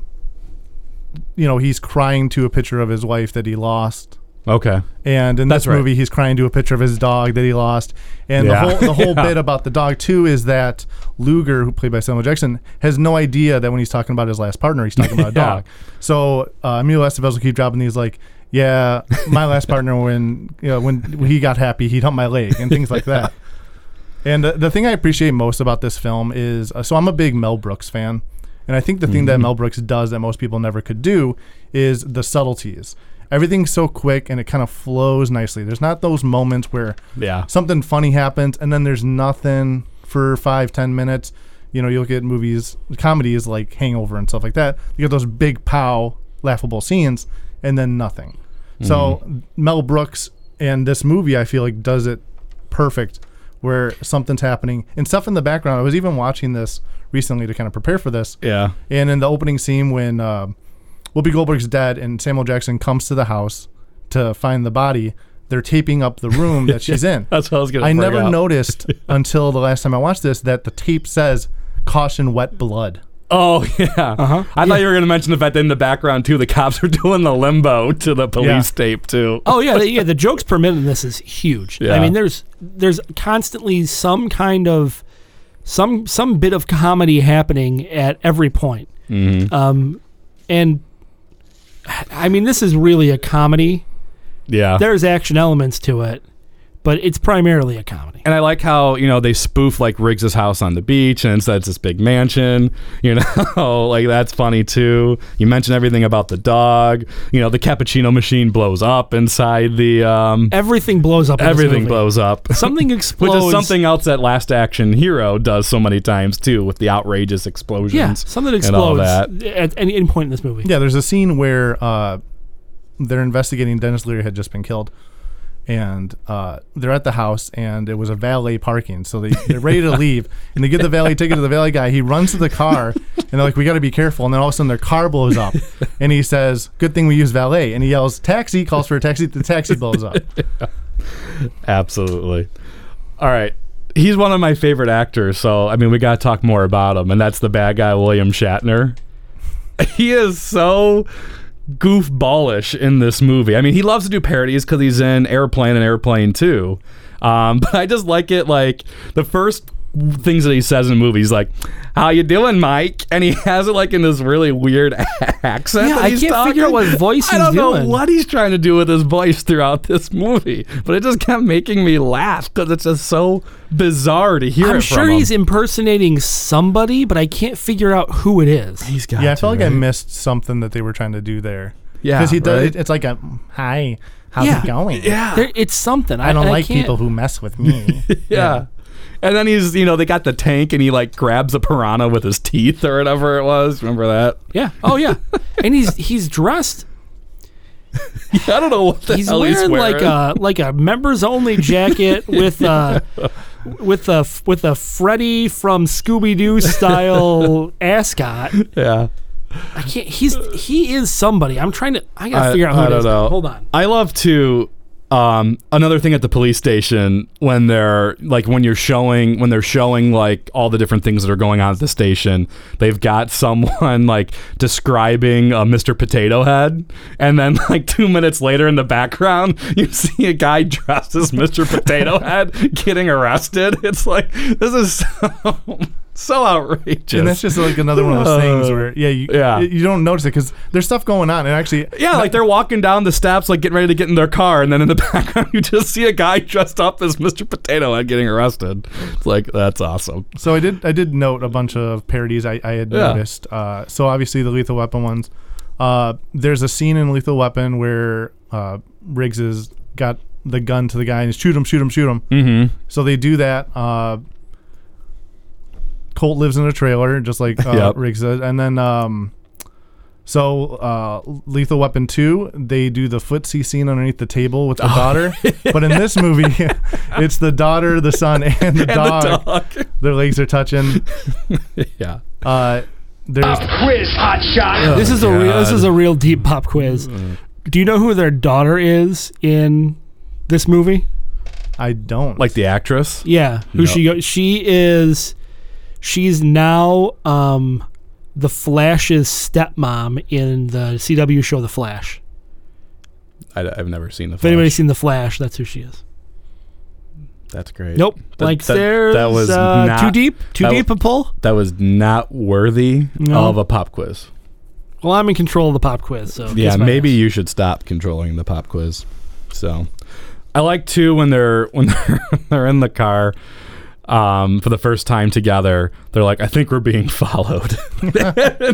[SPEAKER 1] you know, he's crying to a picture of his wife that he lost.
[SPEAKER 7] Okay.
[SPEAKER 1] And in this
[SPEAKER 7] right.
[SPEAKER 1] movie he's crying to a picture of his dog that he lost. And
[SPEAKER 7] Yeah.
[SPEAKER 1] the whole the whole
[SPEAKER 7] Yeah.
[SPEAKER 1] bit about the dog too is that Luger, who played by Samuel Jackson, has no idea that when he's talking about his last partner, he's talking about a
[SPEAKER 7] Yeah.
[SPEAKER 1] dog. So uh, Emilio Estevez will keep dropping these like, yeah, my last partner when you know, when he got happy, he humped my leg and things like that. And uh, the, the thing I appreciate most about this film is uh, so I'm a big Mel Brooks fan. And I think the thing that Mel Brooks does that most people never could do is the subtleties. Everything's so quick and it kind of flows nicely. There's not those moments where
[SPEAKER 7] Yeah.
[SPEAKER 1] something funny happens and then there's nothing for five, ten minutes. You know, you'll get movies, comedies like Hangover and stuff like that. You get those big pow, laughable scenes and then nothing. So Mel Brooks and this movie, I feel like, does it perfect where something's happening and stuff in the background. I was even watching this recently to kind of prepare for this.
[SPEAKER 7] Yeah.
[SPEAKER 1] And in the opening scene, when um Whoopi Goldberg's dead and Samuel Jackson comes to the house to find the body, they're taping up the room that she's in.
[SPEAKER 7] That's what I was gonna
[SPEAKER 1] I
[SPEAKER 7] bring
[SPEAKER 1] never
[SPEAKER 7] up.
[SPEAKER 1] noticed until the last time I watched this that the tape says "caution, wet blood."
[SPEAKER 7] Oh yeah. Uh-huh. I thought you were gonna mention the fact that in the background too, the cops are doing the limbo to the police
[SPEAKER 1] Yeah.
[SPEAKER 7] tape too.
[SPEAKER 6] Oh yeah, the, yeah. The jokes per minute in this is huge.
[SPEAKER 7] Yeah.
[SPEAKER 6] I mean, there's there's constantly some kind of some some bit of comedy happening at every point.
[SPEAKER 7] Mm-hmm.
[SPEAKER 6] Um, and I mean, this is really a comedy.
[SPEAKER 7] yeah.
[SPEAKER 6] There's action elements to it, but it's primarily a comedy.
[SPEAKER 7] And I like how you know they spoof like Riggs's house on the beach, and instead it's this big mansion. You know, like that's funny too. You mentioned everything about the dog. You know, the cappuccino machine blows up inside the. Um,
[SPEAKER 6] Everything blows up. in this
[SPEAKER 7] everything
[SPEAKER 6] movie.
[SPEAKER 7] blows up.
[SPEAKER 6] Something
[SPEAKER 7] Which
[SPEAKER 6] explodes.
[SPEAKER 7] is something else that Last Action Hero does so many times too, with the outrageous explosions.
[SPEAKER 6] Yeah, something
[SPEAKER 7] and all
[SPEAKER 6] explodes
[SPEAKER 7] that.
[SPEAKER 6] at any, any point in this movie.
[SPEAKER 1] Yeah, there's a scene where uh, they're investigating Dennis Leary had just been killed, and uh, they're at the house, and it was a valet parking, so they they're ready to leave, and they give the valet ticket to the valet guy. He runs to the car, and they're like, "We got to be careful!" And then all of a sudden, their car blows up, and he says, "Good thing we use valet," and he yells, "Taxi!" calls for a taxi. The taxi blows up.
[SPEAKER 7] Absolutely. All right. He's one of my favorite actors, so I mean we gotta talk more about him, and that's the bad guy William Shatner. He is so goofballish in this movie. I mean, he loves to do parodies because he's in Airplane and Airplane 2. Um, but I just like it like the first things that he says in movies like how you doing mike and he has it like in this really weird accent
[SPEAKER 6] Yeah,
[SPEAKER 7] that
[SPEAKER 6] I
[SPEAKER 7] he's
[SPEAKER 6] can't figure out
[SPEAKER 7] talking.
[SPEAKER 6] what voice
[SPEAKER 7] I
[SPEAKER 6] he's
[SPEAKER 7] don't know
[SPEAKER 6] doing.
[SPEAKER 7] what he's trying to do with his voice throughout this movie, but it just kept making me laugh because it's just so bizarre to hear
[SPEAKER 6] I'm
[SPEAKER 7] it
[SPEAKER 6] sure
[SPEAKER 7] from
[SPEAKER 6] he's
[SPEAKER 7] him.
[SPEAKER 6] impersonating somebody, but I can't figure out who it is.
[SPEAKER 7] He's got
[SPEAKER 1] Yeah, I
[SPEAKER 7] to,
[SPEAKER 1] felt like I
[SPEAKER 7] right?
[SPEAKER 1] missed something that they were trying to do there.
[SPEAKER 7] Yeah,
[SPEAKER 1] because he does. it-
[SPEAKER 7] right?
[SPEAKER 1] it's like a hi, how's
[SPEAKER 6] Yeah.
[SPEAKER 1] it going?
[SPEAKER 7] Yeah,
[SPEAKER 6] There, it's something. I,
[SPEAKER 1] I don't
[SPEAKER 6] I
[SPEAKER 1] like
[SPEAKER 6] can't-
[SPEAKER 1] people who mess with me.
[SPEAKER 7] yeah. And then he's, you know, they got the tank and he like grabs a piranha with his teeth or whatever it was. Remember that?
[SPEAKER 6] Yeah. Oh yeah. and he's he's dressed.
[SPEAKER 7] I don't know what the
[SPEAKER 6] He's
[SPEAKER 7] hell
[SPEAKER 6] wearing,
[SPEAKER 7] he's wearing.
[SPEAKER 6] like a like a members only jacket with a with a with a Freddy from Scooby Doo style ascot.
[SPEAKER 7] yeah.
[SPEAKER 6] I can't. He's he is somebody. I'm trying to. I gotta
[SPEAKER 7] I-
[SPEAKER 6] figure out who
[SPEAKER 7] I
[SPEAKER 6] it
[SPEAKER 7] don't
[SPEAKER 6] is.
[SPEAKER 7] know.
[SPEAKER 6] Hold on.
[SPEAKER 7] I love to um, another thing at the police station when they're like when you're showing when they're showing like all the different things that are going on at the station, they've got someone like describing uh, Mr. Potato Head, and then like two minutes later in the background, you see a guy dressed as Mr. Potato Head getting arrested. It's like this is so, so outrageous.
[SPEAKER 1] And that's just like another one of those things
[SPEAKER 7] Uh,
[SPEAKER 1] where, yeah, you,
[SPEAKER 7] yeah.
[SPEAKER 1] you don't notice it because there's stuff going on. And actually,
[SPEAKER 7] Yeah, like they're walking down the steps, like getting ready to get in their car, and then in the background you just see a guy dressed up as Mr. Potato Head getting arrested. It's like that's awesome.
[SPEAKER 1] So I did I did note a bunch of parodies I, I had
[SPEAKER 7] Yeah.
[SPEAKER 1] noticed. Uh, so obviously the Lethal Weapon ones. Uh, there's a scene in Lethal Weapon where uh, Riggs has got the gun to the guy and he's shoot him, shoot him, shoot him. Mm-hmm. So they do that. Uh, Colt lives in a trailer, just like uh,
[SPEAKER 7] Yep.
[SPEAKER 1] Riggs does. And then, um, so uh, Lethal Weapon 2, they do the footsie scene underneath the table with the daughter. But in this movie, it's the daughter, the son, and the dog
[SPEAKER 7] dog.
[SPEAKER 1] their legs are touching.
[SPEAKER 7] yeah.
[SPEAKER 1] Uh, there's
[SPEAKER 4] Quiz hot shot.
[SPEAKER 6] This is a real, this
[SPEAKER 7] God.
[SPEAKER 6] is a real deep pop quiz.
[SPEAKER 7] Mm.
[SPEAKER 6] Do you know who their daughter is in this movie?
[SPEAKER 1] I don't
[SPEAKER 7] Like the actress.
[SPEAKER 6] Yeah, who she go- she is she's now um the Flash's stepmom in the CW show The Flash.
[SPEAKER 7] I, have never seen the.
[SPEAKER 6] If anybody's seen The Flash, that's who she is.
[SPEAKER 7] that's great.
[SPEAKER 6] Nope.
[SPEAKER 7] That-
[SPEAKER 6] like
[SPEAKER 7] that-
[SPEAKER 6] there's
[SPEAKER 7] that was
[SPEAKER 6] uh,
[SPEAKER 7] not-
[SPEAKER 6] too deep, too
[SPEAKER 7] that
[SPEAKER 6] deep
[SPEAKER 7] wa-
[SPEAKER 6] a pull.
[SPEAKER 7] That was not worthy
[SPEAKER 6] No.
[SPEAKER 7] of a pop quiz.
[SPEAKER 6] Well, I'm in control of the pop quiz, so
[SPEAKER 7] Yeah,
[SPEAKER 6] kiss my
[SPEAKER 7] maybe
[SPEAKER 6] ass.
[SPEAKER 7] you should stop controlling the pop quiz. So, I like too when they're when they're, they're in the car um, for the first time together. They're like, "I think we're being followed." And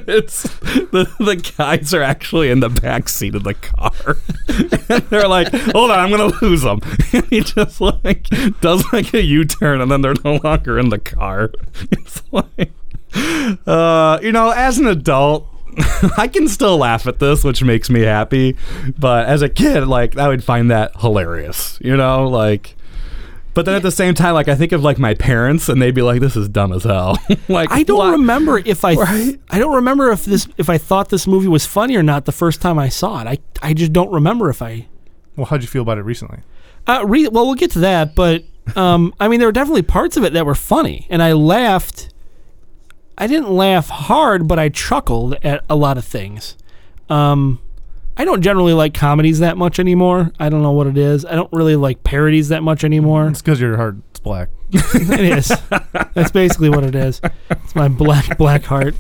[SPEAKER 7] it's the, the guys are actually in the back seat of the car. and they're like, "Hold on, I'm gonna lose them." and he just like does like a U-turn, and then they're no longer in the car. It's like. Uh, you know, as an adult, I can still laugh at this, which makes me happy. But as a kid, like I would find that hilarious. You know, like. But then at the same time, like I think of like my parents, and they'd be like, "This is dumb as hell." like
[SPEAKER 6] I don't
[SPEAKER 7] why-
[SPEAKER 6] remember if I
[SPEAKER 7] Right?
[SPEAKER 6] I don't remember if this if I thought this movie was funny or not the first time I saw it. I I just don't remember if I
[SPEAKER 1] well, how'd you feel about it recently?
[SPEAKER 6] Uh, re- well, we'll get to that, but um, I mean, there were definitely parts of it that were funny, and I laughed. I didn't laugh hard, but I chuckled at a lot of things. Um, I don't generally like comedies that much anymore. I don't know what it is. I don't really like parodies that much anymore.
[SPEAKER 1] It's because your heart's black.
[SPEAKER 6] it is. That's basically what it is. It's my black black heart.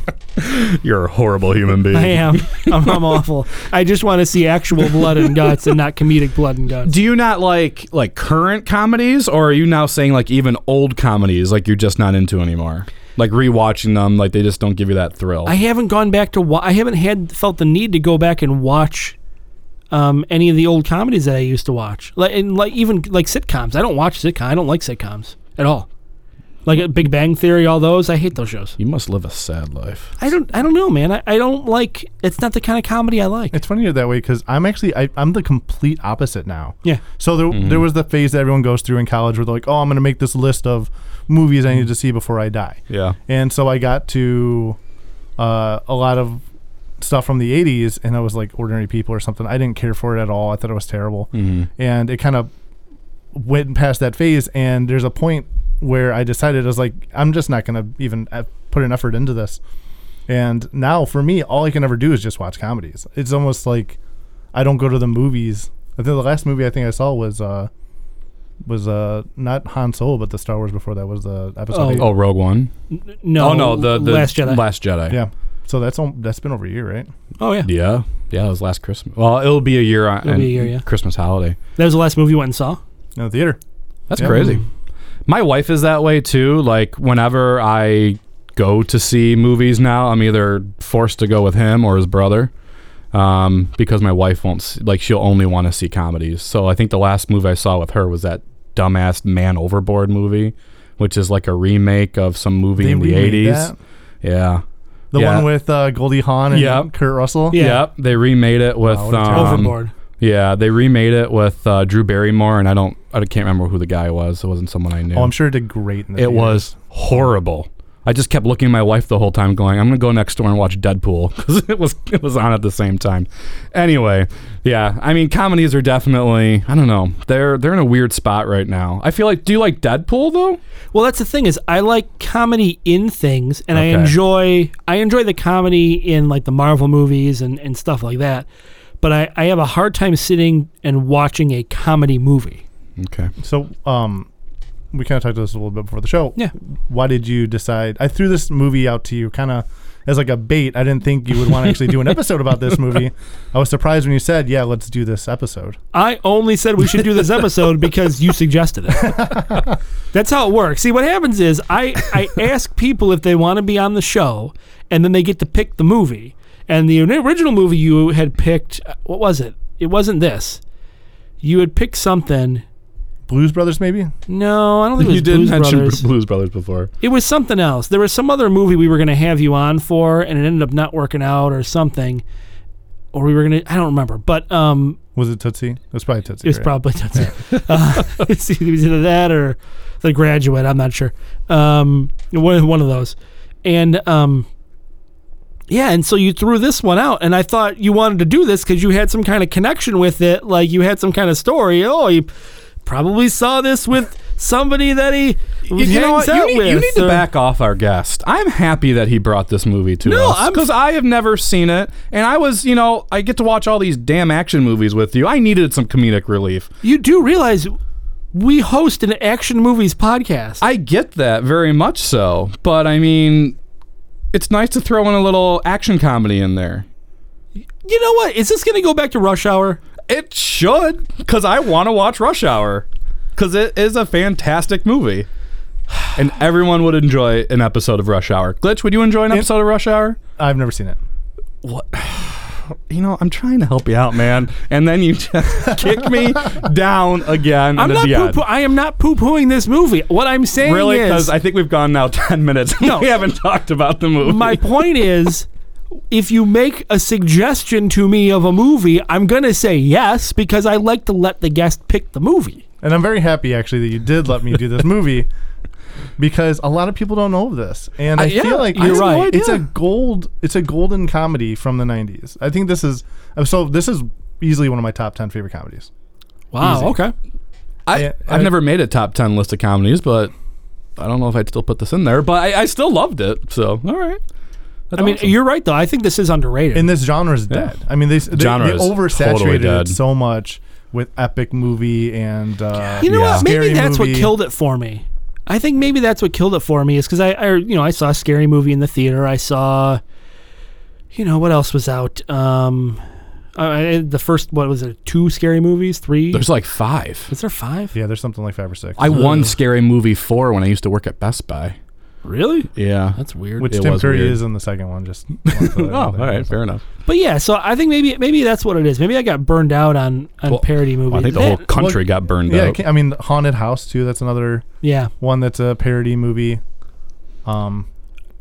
[SPEAKER 7] You're a horrible human being.
[SPEAKER 6] I am. I'm, I'm awful. I just want to see actual blood and guts, and not comedic blood and guts.
[SPEAKER 7] Do you not like like current comedies, or are you now saying like even old comedies, like you're just not into anymore? Like rewatching them, like they just don't give you that thrill.
[SPEAKER 6] I haven't gone back to. Wa- I haven't had felt the need to go back and watch um, any of the old comedies that I used to watch, like and like even like sitcoms. I don't watch sitcom. I don't like sitcoms at all. Like uh, Big Bang Theory, all those. I hate those shows.
[SPEAKER 7] you must live a sad life.
[SPEAKER 6] I don't. I don't know, man. I, I don't like. It's not the kind of comedy I like.
[SPEAKER 1] It's funny that way because I'm actually I, I'm the complete opposite now.
[SPEAKER 6] Yeah.
[SPEAKER 1] So there, there was the phase that everyone goes through in college where they're like, oh, I'm gonna make this list of movies I need to see before I die.
[SPEAKER 7] Yeah.
[SPEAKER 1] And so I got to uh, a lot of stuff from the 80s and I was like ordinary people or something. I didn't care for it at all. I thought it was terrible.
[SPEAKER 6] Mm-hmm.
[SPEAKER 1] And it kind of went past that phase. And there's a point where I decided I was like, I'm just not going to even uh, put an effort into this. And now for me, all I can ever do is just watch comedies. It's almost like I don't go to the movies. I think the last movie I think I saw was uh was uh not Han Solo, but the Star Wars before that was the episode.
[SPEAKER 6] Oh.
[SPEAKER 1] eight.
[SPEAKER 7] Oh, Rogue One.
[SPEAKER 6] No.
[SPEAKER 7] oh no, the, the
[SPEAKER 6] Last Jedi.
[SPEAKER 7] Last Jedi.
[SPEAKER 1] Yeah. So that's al- that's been over a year, right?
[SPEAKER 6] oh yeah.
[SPEAKER 7] Yeah. Yeah, it was last Christmas. Well, it'll be a year on
[SPEAKER 6] It'll be a year, yeah.
[SPEAKER 7] Christmas holiday.
[SPEAKER 6] That was the last movie you went and saw.
[SPEAKER 1] In the theater.
[SPEAKER 7] That's
[SPEAKER 1] Yeah.
[SPEAKER 7] crazy. My wife is that way too. Like whenever I go to see movies now, I'm either forced to go with him or his brother. Um, because my wife won't see, like she'll only want to see comedies. So I think the last movie I saw with her was that dumbass Man Overboard movie which is like a remake of some movie
[SPEAKER 1] They
[SPEAKER 7] in the
[SPEAKER 1] remade
[SPEAKER 7] eighties.
[SPEAKER 1] that?
[SPEAKER 7] Yeah.
[SPEAKER 1] The
[SPEAKER 7] Yeah.
[SPEAKER 1] one with uh, Goldie Hawn and
[SPEAKER 7] Yep.
[SPEAKER 1] Kurt Russell.
[SPEAKER 6] Yeah.
[SPEAKER 7] Yep, they remade it with
[SPEAKER 1] what a
[SPEAKER 7] um,
[SPEAKER 1] terrible-
[SPEAKER 6] Overboard.
[SPEAKER 7] Yeah, they remade it with uh, Drew Barrymore, and I don't, I can't remember who the guy was. It wasn't someone I knew.
[SPEAKER 1] Oh, I'm sure it did great in the
[SPEAKER 7] It
[SPEAKER 1] theaters.
[SPEAKER 7] was horrible. I just kept looking at my wife the whole time, going, "I'm gonna go next door and watch Deadpool" because it was it was on at the same time. Anyway, yeah, I mean, comedies are definitely I don't know they're they're in a weird spot right now. I feel like do you like Deadpool though?
[SPEAKER 6] Well, that's the thing is I like comedy in things, and
[SPEAKER 7] Okay.
[SPEAKER 6] I enjoy I enjoy the comedy in like the Marvel movies and, and stuff like that. But I, I have a hard time sitting and watching a comedy movie.
[SPEAKER 7] Okay,
[SPEAKER 1] So, um, we kind of talked about this a little bit before the show.
[SPEAKER 6] Yeah.
[SPEAKER 1] Why did you decide? I threw this movie out to you kind of as like a bait. I didn't think you would want to actually do an episode about this movie. I was surprised when you said, yeah, let's do this episode.
[SPEAKER 6] I only said we should do this episode because you suggested it. That's how it works. See, what happens is I, I ask people if they want to be on the show, and then they get to pick the movie. And the original movie you had picked, uh, what was it? It wasn't this. You had picked something.
[SPEAKER 1] Blues Brothers, maybe?
[SPEAKER 6] No, I don't think it was Blues Brothers.
[SPEAKER 7] Blues Brothers before.
[SPEAKER 6] It was something else. There was some other movie we were going to have you on for, and it ended up not working out or something. Or we were going to, I don't remember. But um,
[SPEAKER 1] Was it Tootsie? It was probably Tootsie.
[SPEAKER 6] it was
[SPEAKER 1] right?
[SPEAKER 6] probably Tootsie. uh, it's either that or The Graduate. I'm not sure. Um, one, one of those. And um, yeah, and so you threw this one out, and I thought you wanted to do this because you had some kind of connection with it. Like you had some kind of story. Oh, you probably saw this with somebody that he
[SPEAKER 7] You, you know
[SPEAKER 6] hangs
[SPEAKER 7] what? You
[SPEAKER 6] out
[SPEAKER 7] need,
[SPEAKER 6] with. uh,
[SPEAKER 7] you need to
[SPEAKER 6] or-
[SPEAKER 7] back off our guest. I'm happy that he brought this movie to
[SPEAKER 6] No,
[SPEAKER 7] us
[SPEAKER 6] I'm-
[SPEAKER 7] because I have never seen it, and I was, you know, I get to watch all these damn action movies with you. I needed some comedic relief.
[SPEAKER 6] You do realize we host an action movies podcast.
[SPEAKER 7] I get that very much so, but I mean, it's nice to throw in a little action comedy in there.
[SPEAKER 6] you know what? Is this going to go back to Rush Hour?
[SPEAKER 7] It should, because I want to watch Rush Hour, because it is a fantastic movie, and everyone would enjoy an episode of Rush Hour. Glitch, would you enjoy an episode of Rush Hour?
[SPEAKER 1] I've never seen it.
[SPEAKER 7] You know, I'm trying to help you out, man, and then you just kick me down again.
[SPEAKER 6] I'm
[SPEAKER 7] and
[SPEAKER 6] not
[SPEAKER 7] at the end.
[SPEAKER 6] poo-poo- I am not poo pooing this movie. What I'm saying
[SPEAKER 7] Really?
[SPEAKER 6] is,
[SPEAKER 7] Because I think we've gone now ten minutes. No, we haven't talked about the movie.
[SPEAKER 6] my point is, if you make a suggestion to me of a movie, I'm going to say yes because I like to let the guest pick the movie.
[SPEAKER 1] And I'm very happy actually that you did let me do this movie because a lot of people don't know of this. And I,
[SPEAKER 7] Uh, yeah,
[SPEAKER 1] feel like
[SPEAKER 7] you're
[SPEAKER 1] it's-
[SPEAKER 7] right.
[SPEAKER 1] It's
[SPEAKER 7] Yeah.
[SPEAKER 1] a gold it's a golden comedy from the 90s. I think this is uh, so this is easily one of my top 10 favorite comedies.
[SPEAKER 6] Wow. Okay.
[SPEAKER 7] I,
[SPEAKER 1] Yeah,
[SPEAKER 7] I've
[SPEAKER 1] I-
[SPEAKER 7] never made a top 10 list of comedies, but I don't know if I'd still put this in there, but I, I still loved it. So, all right. That's
[SPEAKER 6] I mean,
[SPEAKER 7] awesome.
[SPEAKER 6] you're right though. I think this is underrated.
[SPEAKER 1] And this genre is dead. I mean, they they, they
[SPEAKER 7] Genre is
[SPEAKER 1] oversaturated
[SPEAKER 7] totally dead.
[SPEAKER 1] it so much with epic movie and uh,
[SPEAKER 6] You know
[SPEAKER 7] Yeah.
[SPEAKER 6] what? Maybe
[SPEAKER 1] Scary
[SPEAKER 6] that's what
[SPEAKER 1] movie.
[SPEAKER 6] killed it for me. I think maybe that's what killed it for me is because I, I, you know, I saw a scary movie in the theater. I saw, you know, what else was out? Um, I, I- the first what was it? Two scary movies? Three?
[SPEAKER 7] there's like five.
[SPEAKER 6] was there five?
[SPEAKER 1] yeah, there's something like five or six.
[SPEAKER 7] I won Scary Movie 4 when I used to work at Best Buy.
[SPEAKER 6] Really?
[SPEAKER 7] Yeah.
[SPEAKER 6] That's weird.
[SPEAKER 1] which
[SPEAKER 7] It
[SPEAKER 1] Tim
[SPEAKER 7] was
[SPEAKER 1] Curry
[SPEAKER 7] weird.
[SPEAKER 1] is in the second one. Just wanted to throw that
[SPEAKER 7] Oh,
[SPEAKER 1] out
[SPEAKER 7] all
[SPEAKER 1] there.
[SPEAKER 7] right. Fair enough.
[SPEAKER 6] but yeah, so I think maybe maybe that's what it is. Maybe I got burned out on on
[SPEAKER 7] Well,
[SPEAKER 6] parody movies.
[SPEAKER 7] Well, I think the
[SPEAKER 6] That-
[SPEAKER 7] whole country got burned
[SPEAKER 1] Yeah, I
[SPEAKER 7] out.
[SPEAKER 1] can't- I mean, Haunted House too. That's another
[SPEAKER 6] yeah.
[SPEAKER 1] one that's a parody movie. Um,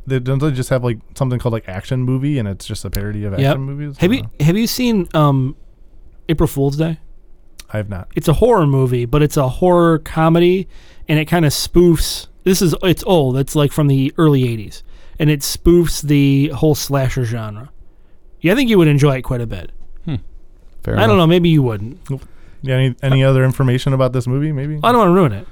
[SPEAKER 1] they don't they just have like something called like action movie, and it's just a parody of action
[SPEAKER 6] Yep.
[SPEAKER 1] movies. I
[SPEAKER 6] Have
[SPEAKER 1] don't
[SPEAKER 6] you
[SPEAKER 1] know.
[SPEAKER 6] have you seen um, April Fool's Day?
[SPEAKER 1] I have not.
[SPEAKER 6] it's a horror movie, but it's a horror comedy, and it kind of spoofs. This is it's old. It's like from the early '80s, and it spoofs the whole slasher genre. Yeah, I think you would enjoy it quite a bit.
[SPEAKER 7] Fair
[SPEAKER 6] I
[SPEAKER 7] enough.
[SPEAKER 6] don't know. Maybe you wouldn't.
[SPEAKER 1] Yeah, any any other information about this movie? Maybe.
[SPEAKER 6] Uh, I don't want to ruin it.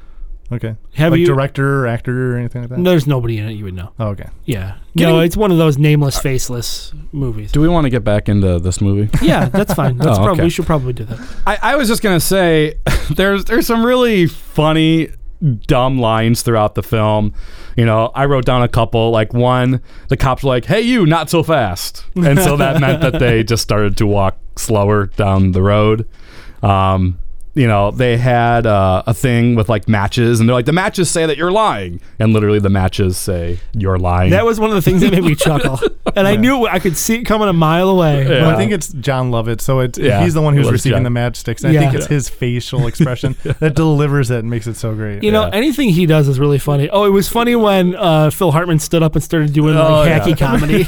[SPEAKER 1] okay.
[SPEAKER 6] Have
[SPEAKER 1] like
[SPEAKER 6] you-
[SPEAKER 1] director or actor or anything like that?
[SPEAKER 6] No, there's nobody in it you would know.
[SPEAKER 1] Oh, okay.
[SPEAKER 6] Yeah.
[SPEAKER 7] Getting-
[SPEAKER 6] no, it's one of those nameless, faceless movies.
[SPEAKER 7] Do we want to get back into this movie?
[SPEAKER 6] Yeah, that's fine. That's
[SPEAKER 7] Oh,
[SPEAKER 6] probably
[SPEAKER 7] okay.
[SPEAKER 6] we should probably do that.
[SPEAKER 7] I, I was just gonna say there's there's some really funny dumb lines throughout the film. You know, I wrote down a couple. Like one, the cops were like, "Hey, you, not so fast," and so that meant that they just started to walk slower down the road. Um, you know, they had uh, a thing with like matches, and they're like, the matches say that you're lying, and literally the matches say you're lying.
[SPEAKER 6] That was one of the things that made me chuckle, and I knew I could see it coming a mile away.
[SPEAKER 7] Yeah.
[SPEAKER 1] Well, I think it's John Lovett, so it's
[SPEAKER 7] Yeah.
[SPEAKER 1] he's the one
[SPEAKER 7] It
[SPEAKER 1] who's
[SPEAKER 7] was
[SPEAKER 1] receiving
[SPEAKER 7] John.
[SPEAKER 1] the matchsticks. And I think
[SPEAKER 6] Yeah.
[SPEAKER 1] it's his facial expression that delivers it and makes it so great.
[SPEAKER 6] You know, anything he does is really funny. Oh, it was funny when uh, Phil Hartman stood up and started doing
[SPEAKER 7] Oh,
[SPEAKER 6] like,
[SPEAKER 7] yeah.
[SPEAKER 6] hacky comedy.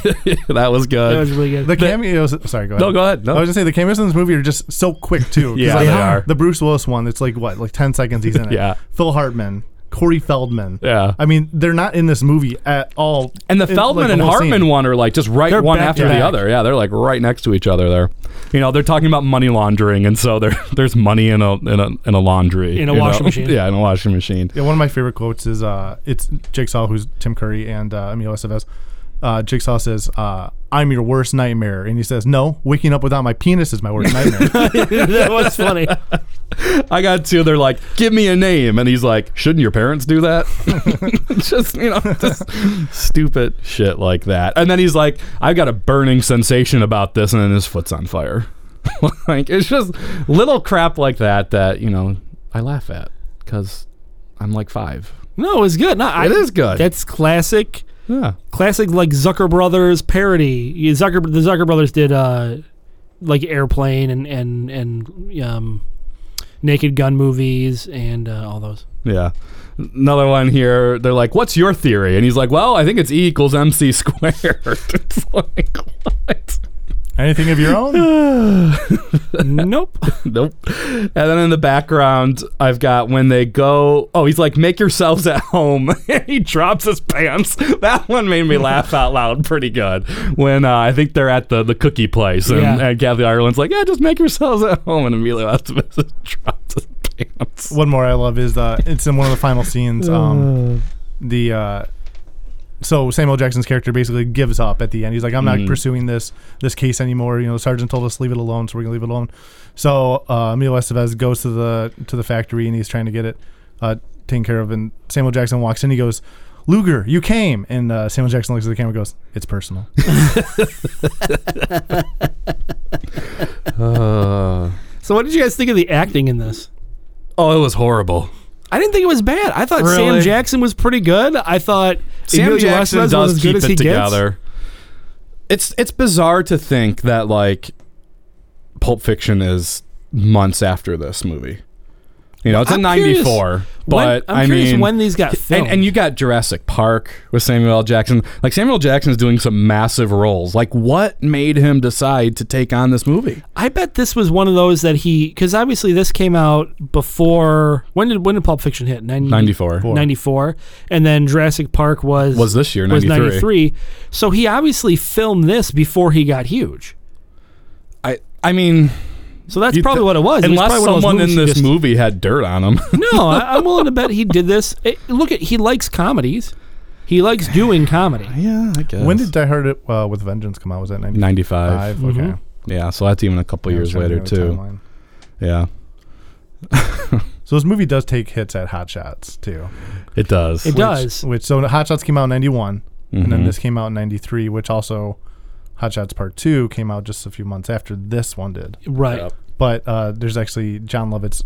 [SPEAKER 7] that was good.
[SPEAKER 6] that was really good.
[SPEAKER 1] The cameos. Sorry, go ahead.
[SPEAKER 7] No, go ahead. No.
[SPEAKER 1] I was gonna say the cameos in this movie are just so quick too. 'cause
[SPEAKER 7] Yeah,
[SPEAKER 1] like,
[SPEAKER 7] they are.
[SPEAKER 1] The Bruce Willis one, it's like what, like ten seconds he's in it.
[SPEAKER 7] Yeah.
[SPEAKER 1] Phil Hartman, Corey Feldman.
[SPEAKER 7] Yeah.
[SPEAKER 1] I mean, they're not in this movie at all.
[SPEAKER 7] and the
[SPEAKER 1] in,
[SPEAKER 7] Feldman
[SPEAKER 1] like,
[SPEAKER 7] and
[SPEAKER 1] the whole
[SPEAKER 7] Hartman
[SPEAKER 1] scene.
[SPEAKER 7] one are like just right
[SPEAKER 6] They're
[SPEAKER 7] one
[SPEAKER 6] back
[SPEAKER 7] after
[SPEAKER 6] to
[SPEAKER 7] the
[SPEAKER 6] back.
[SPEAKER 7] other. Yeah, they're like right next to each other there. You know, they're talking about money laundering, and so there there's money in a in a in a laundry
[SPEAKER 6] In a
[SPEAKER 7] you know?
[SPEAKER 6] washing machine.
[SPEAKER 7] Yeah, in a washing machine.
[SPEAKER 1] Yeah, one of my favorite quotes is uh, it's Jigsaw, who's Tim Curry and uh, Emilio Estevez. Uh, Jigsaw says, uh, "I'm your worst nightmare," and he says, "No, waking up without my penis is my worst nightmare."
[SPEAKER 6] that was funny.
[SPEAKER 7] I got two. They're like, give me a name, and he's like, shouldn't your parents do that? just you know, just stupid shit like that. And then he's like, I've got a burning sensation about this, and then his foot's on fire. like it's just little crap like that that you know I laugh at because I'm like five.
[SPEAKER 6] No, it was good. No, I,
[SPEAKER 7] It is good.
[SPEAKER 6] That's classic,
[SPEAKER 7] Yeah,
[SPEAKER 6] classic like Zucker Brothers parody. You- Zucker, the Zucker Brothers did uh, like Airplane and and and um, Naked Gun movies and uh, all those.
[SPEAKER 7] yeah. Another one here. They're like, "What's your theory?" And he's like, "Well, I think it's E equals MC squared." it's like, what?
[SPEAKER 1] Anything of your own?
[SPEAKER 6] nope.
[SPEAKER 7] Nope. And then in the background, I've got when they go. Oh, he's like, make yourselves at home. he drops his pants. That one made me laugh out loud pretty good. When uh, I think they're at the, the cookie place, and,
[SPEAKER 6] Yeah.
[SPEAKER 7] and Kathy Ireland's like, yeah, just make yourselves at home. And Emilio Estevez just drops his pants.
[SPEAKER 1] one more I love is the it's in one of the final scenes. Um, the uh, so Samuel Jackson's character basically gives up at the end. He's like, "I'm
[SPEAKER 7] Mm-hmm.
[SPEAKER 1] not pursuing this this case anymore." You know, Sergeant told us leave it alone, so we're gonna leave it alone. So uh, Emilio Estevez goes to the to the factory and he's trying to get it uh, taken care of. And Samuel Jackson walks in. He goes. Luger, you came, and uh, Samuel Jackson looks at the camera, and goes, "It's personal."
[SPEAKER 6] So, what did you guys think of the acting in this?
[SPEAKER 7] Oh, it was horrible.
[SPEAKER 6] I didn't think it was bad. I thought Sam
[SPEAKER 7] Really?
[SPEAKER 6] Jackson was pretty good. I thought
[SPEAKER 7] Sam
[SPEAKER 6] Emilio
[SPEAKER 7] Jackson
[SPEAKER 6] Estevez was
[SPEAKER 7] does
[SPEAKER 6] as good
[SPEAKER 7] keep
[SPEAKER 6] as
[SPEAKER 7] it
[SPEAKER 6] he gets.
[SPEAKER 7] together. It's it's bizarre to think that like Pulp Fiction is months after this movie. You know, it's
[SPEAKER 6] I'm
[SPEAKER 7] a
[SPEAKER 6] curious
[SPEAKER 7] '94,
[SPEAKER 6] When-
[SPEAKER 7] but
[SPEAKER 6] I'm
[SPEAKER 7] I
[SPEAKER 6] curious
[SPEAKER 7] mean,
[SPEAKER 6] when these got
[SPEAKER 7] and,
[SPEAKER 6] filmed.
[SPEAKER 7] and you got Jurassic Park with Samuel L. Jackson. Like Samuel L. Jackson is doing some massive roles. Like, what made him decide to take on this movie?
[SPEAKER 6] I bet this was one of those that he because obviously this came out before when did when did Pulp Fiction hit 90,
[SPEAKER 7] '94
[SPEAKER 6] 94 and then Jurassic Park was
[SPEAKER 7] was this year
[SPEAKER 6] was
[SPEAKER 7] '93.
[SPEAKER 6] 93 so he obviously filmed this before he got huge
[SPEAKER 7] I I mean,
[SPEAKER 6] so that's
[SPEAKER 7] you'd
[SPEAKER 6] probably
[SPEAKER 7] thi-
[SPEAKER 6] what it was It was
[SPEAKER 7] Unless
[SPEAKER 6] probably one of those
[SPEAKER 7] someone
[SPEAKER 6] movies
[SPEAKER 7] in
[SPEAKER 6] he
[SPEAKER 7] this
[SPEAKER 6] just-
[SPEAKER 7] movie had dirt on him.
[SPEAKER 6] no I, I'm willing to bet he did this It- look at he likes comedies he likes doing comedy
[SPEAKER 7] yeah, I guess.
[SPEAKER 1] When did Die Hard uh, with Vengeance come out? Was that ninety
[SPEAKER 7] '95?
[SPEAKER 1] Okay,
[SPEAKER 7] Yeah, so that's even a couple
[SPEAKER 1] Yeah, I was
[SPEAKER 7] Mm-hmm. years
[SPEAKER 1] trying to
[SPEAKER 7] later
[SPEAKER 1] remember the
[SPEAKER 7] too.
[SPEAKER 1] timeline.
[SPEAKER 7] Yeah,
[SPEAKER 1] So this movie does take hits at Hot Shots too.
[SPEAKER 7] it does.
[SPEAKER 6] it does
[SPEAKER 1] Which so Hot Shots came out in '91, and
[SPEAKER 6] Mm-hmm.
[SPEAKER 1] then this came out in '93, which also Hot Shots Part Two came out just a few months after this one did.
[SPEAKER 6] right
[SPEAKER 1] But uh, there's actually John Lovitz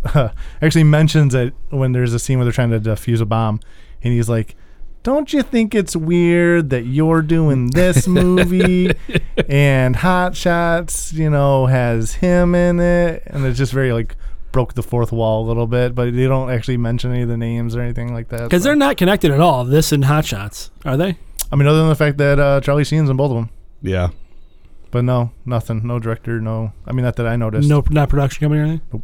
[SPEAKER 1] actually mentions it when there's a scene where they're trying to defuse a bomb, and he's like. Don't you think it's weird that you're doing this movie and Hot Shots, you know, has him in it? And it's just very like broke the fourth wall a little bit, but they don't actually mention any of the names or anything like that.
[SPEAKER 6] because
[SPEAKER 1] so.
[SPEAKER 6] they're not connected at all this and Hot Shots are they
[SPEAKER 1] I mean, other than the fact that uh, Charlie Sheen's in both of them,
[SPEAKER 7] Yeah.
[SPEAKER 1] but no, nothing, no director, no. I mean, not that I noticed.
[SPEAKER 6] no not production company or anything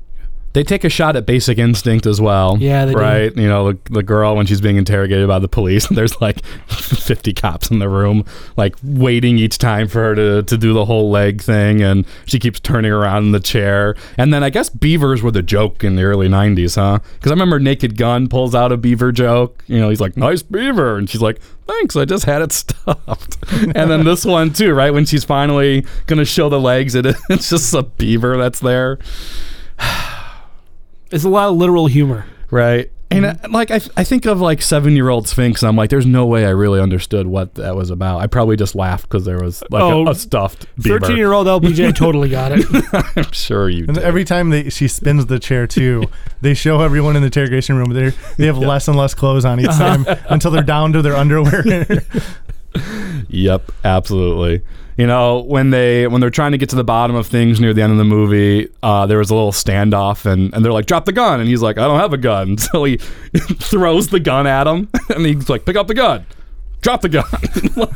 [SPEAKER 7] They take a shot at Basic Instinct as well.
[SPEAKER 6] Yeah, they do.
[SPEAKER 7] right. You know, the, the girl when she's being interrogated by the police, and there's like 50 cops in the room, like waiting each time for her to, to do the whole leg thing, and she keeps turning around in the chair. And then I guess beavers were the joke in the early 90s, huh? Because I remember Naked Gun pulls out a beaver joke. You know, he's like, "Nice beaver," and she's like, "Thanks, I just had it stuffed." and then this one too, right? When she's finally gonna show the legs, it, it's just a beaver that's there.
[SPEAKER 6] it's a lot of literal humor
[SPEAKER 7] Right. And uh, like I, I think of like seven year old Sphinx, and I'm like, there's no way I really understood what that was about. I probably just laughed because there was like
[SPEAKER 6] Oh,
[SPEAKER 7] a, a stuffed beaver.
[SPEAKER 6] Thirteen year old LBJ totally got it.
[SPEAKER 7] I'm sure you.
[SPEAKER 1] And
[SPEAKER 7] did.
[SPEAKER 1] every time they, she spins the chair too, they show everyone in the interrogation room they they have less and less clothes on each time until they're down to their underwear.
[SPEAKER 7] Yep, absolutely. You know, when they when they're trying to get to the bottom of things near the end of the movie, uh, there was a little standoff, and, and they're like, "Drop the gun," and he's like, "I don't have a gun." So he throws the gun at him, and he's like, "Pick up the gun." Drop the gun,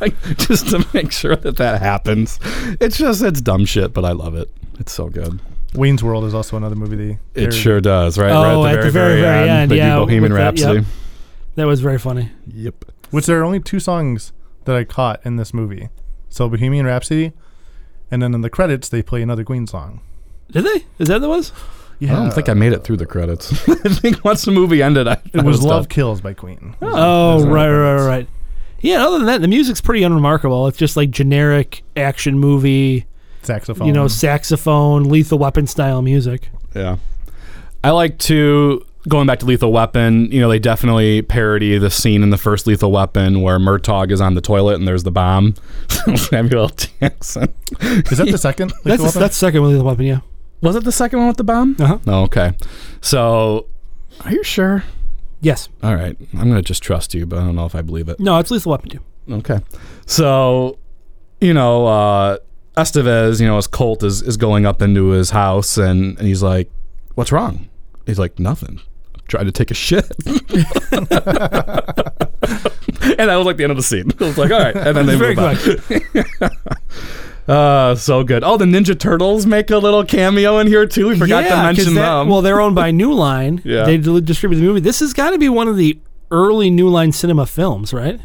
[SPEAKER 7] like just to make sure that that happens. It's just it's dumb shit, but I love it. It's so good.
[SPEAKER 1] Wayne's World is also another movie. They,
[SPEAKER 7] It
[SPEAKER 1] they're-
[SPEAKER 7] sure does, right?
[SPEAKER 6] Oh,
[SPEAKER 7] right
[SPEAKER 6] at the very, very end,
[SPEAKER 7] they do
[SPEAKER 6] yeah, with
[SPEAKER 7] Bohemian
[SPEAKER 6] the- yep.
[SPEAKER 7] Rhapsody.
[SPEAKER 6] that was very funny.
[SPEAKER 7] Yep.
[SPEAKER 1] Which there are only two songs that I caught in this movie. So Bohemian Rhapsody, and then in the credits they play another Queen song. Oh,
[SPEAKER 6] Did they? Is that what it was?
[SPEAKER 1] Yeah,
[SPEAKER 7] I don't think I made it through the credits. I think once the movie ended, I
[SPEAKER 1] it was Love
[SPEAKER 7] done.
[SPEAKER 1] Kills by Queen.
[SPEAKER 6] Oh,
[SPEAKER 1] That's
[SPEAKER 6] right,
[SPEAKER 1] another
[SPEAKER 6] right,
[SPEAKER 1] one.
[SPEAKER 6] right, right. Yeah. Other than that, the music's pretty unremarkable. It's just like generic action movie,
[SPEAKER 1] Saxophone.
[SPEAKER 6] you know, saxophone, Lethal Weapon style music.
[SPEAKER 7] Yeah. I like to going back to Lethal Weapon, you know, they definitely parody the scene in the first Lethal Weapon where Murtaugh is on the toilet and there's the bomb. Samuel L. Jackson.
[SPEAKER 1] is that the second?
[SPEAKER 6] That's the, that's second with Lethal Weapon. Yeah.
[SPEAKER 7] Was it the second one with the bomb?
[SPEAKER 6] Uh-huh.
[SPEAKER 7] Oh, okay. So are you sure?
[SPEAKER 6] Yes.
[SPEAKER 7] All right. I'm gonna just trust you, but I don't know if I believe it.
[SPEAKER 6] No, it's Lethal Weapon two.
[SPEAKER 7] Okay. So, you know, uh, Estevez, you know, his cult is, is going up into his house and, and he's like, What's wrong? He's like, Nothing. I'm trying to take a shit. and that was like the end of the scene. It was like, All right. And then they
[SPEAKER 6] Very
[SPEAKER 7] move on.
[SPEAKER 6] quick.
[SPEAKER 7] Uh, so good. Oh, the Ninja Turtles make a little cameo in here too. We forgot to
[SPEAKER 6] 'cause
[SPEAKER 7] mention
[SPEAKER 6] that-
[SPEAKER 7] them.
[SPEAKER 6] Well, they're owned by New Line.
[SPEAKER 7] Yeah.
[SPEAKER 6] They del- distribute the movie. This has got to be one of the early New Line cinema films, right?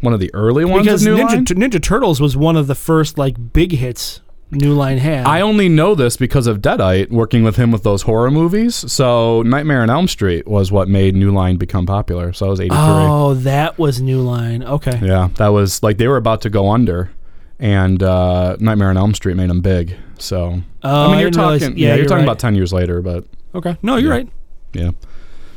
[SPEAKER 7] one of the early ones.
[SPEAKER 6] Because
[SPEAKER 7] of New
[SPEAKER 6] Ninja,
[SPEAKER 7] Line?
[SPEAKER 6] Tur- Ninja Turtles was one of the first like big hits New Line had.
[SPEAKER 7] I only know this because of Deadite working with him with those horror movies. So Nightmare on Elm Street was what made New Line become popular. So I was 83.
[SPEAKER 6] oh, that was New Line. Okay.
[SPEAKER 7] Yeah, that was like they were about to go under, and uh, Nightmare on Elm Street made them big. So
[SPEAKER 6] Oh, I didn't realize-
[SPEAKER 7] talking,
[SPEAKER 6] yeah,
[SPEAKER 7] yeah, you're,
[SPEAKER 6] you're
[SPEAKER 7] talking
[SPEAKER 6] right.
[SPEAKER 7] about 10 years later, but
[SPEAKER 6] Okay. No, you're right.
[SPEAKER 7] yeah.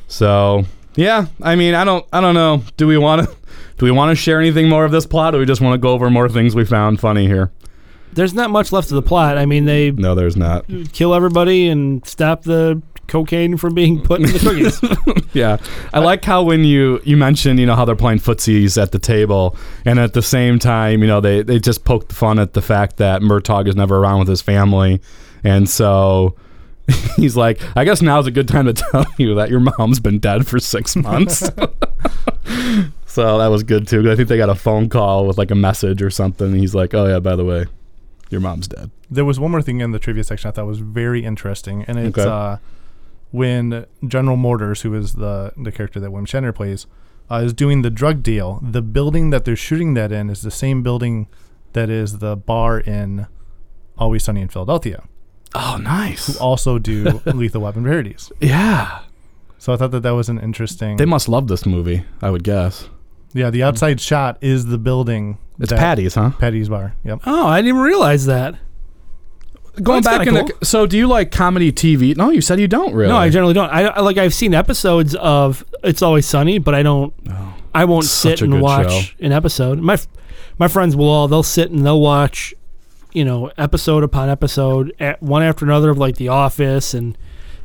[SPEAKER 7] So yeah, I mean, I don't, I don't know. Do we want to, do we want to share anything more of this plot, or we just want to go over more things we found funny here?
[SPEAKER 6] There's not much left of the plot. I mean, they
[SPEAKER 7] No, there's not.
[SPEAKER 6] kill everybody and stop the cocaine from being put in the cookies.
[SPEAKER 7] Yeah, I like how when you you mentioned you know how they're playing footsies at the table, and at the same time you know they they just poked fun at the fact that Murtaugh is never around with his family, and so he's like, I guess now's a good time to tell you that your mom's been dead for six months. so that was good too. 'cause I think they got a phone call with like a message or something. And he's like, Oh yeah, by the way, your mom's dead.
[SPEAKER 1] There was one more thing in the trivia section I thought was very interesting, and it's
[SPEAKER 7] Okay.
[SPEAKER 1] uh, when General Mortars, who is the the character that Wim Shatner plays, uh, is doing the drug deal. The building that they're shooting that in is the same building that is the bar in Always Sunny in Philadelphia.
[SPEAKER 7] Oh, nice.
[SPEAKER 1] Also, do Lethal Weapon parodies.
[SPEAKER 7] Yeah,
[SPEAKER 1] So I thought that that was an interesting.
[SPEAKER 7] they must love this movie. I would guess
[SPEAKER 1] yeah, the outside shot is the building.
[SPEAKER 7] it's
[SPEAKER 1] that-
[SPEAKER 7] Patty's, huh?
[SPEAKER 1] Patty's bar. Yep.
[SPEAKER 6] oh, I didn't even realize that.
[SPEAKER 7] going
[SPEAKER 6] That's
[SPEAKER 7] back in
[SPEAKER 6] kinda
[SPEAKER 7] the,
[SPEAKER 6] cool.
[SPEAKER 7] so do you like comedy tv no you said you don't really
[SPEAKER 6] No, I generally don't. I, I- like I've seen episodes of It's Always Sunny, but I don't. I won't
[SPEAKER 7] Oh, Such
[SPEAKER 6] sit
[SPEAKER 7] a
[SPEAKER 6] and
[SPEAKER 7] good
[SPEAKER 6] watch
[SPEAKER 7] show.
[SPEAKER 6] an episode. My f- my friends will all they'll sit and they'll watch, you know, episode upon episode, at one after another of like The Office and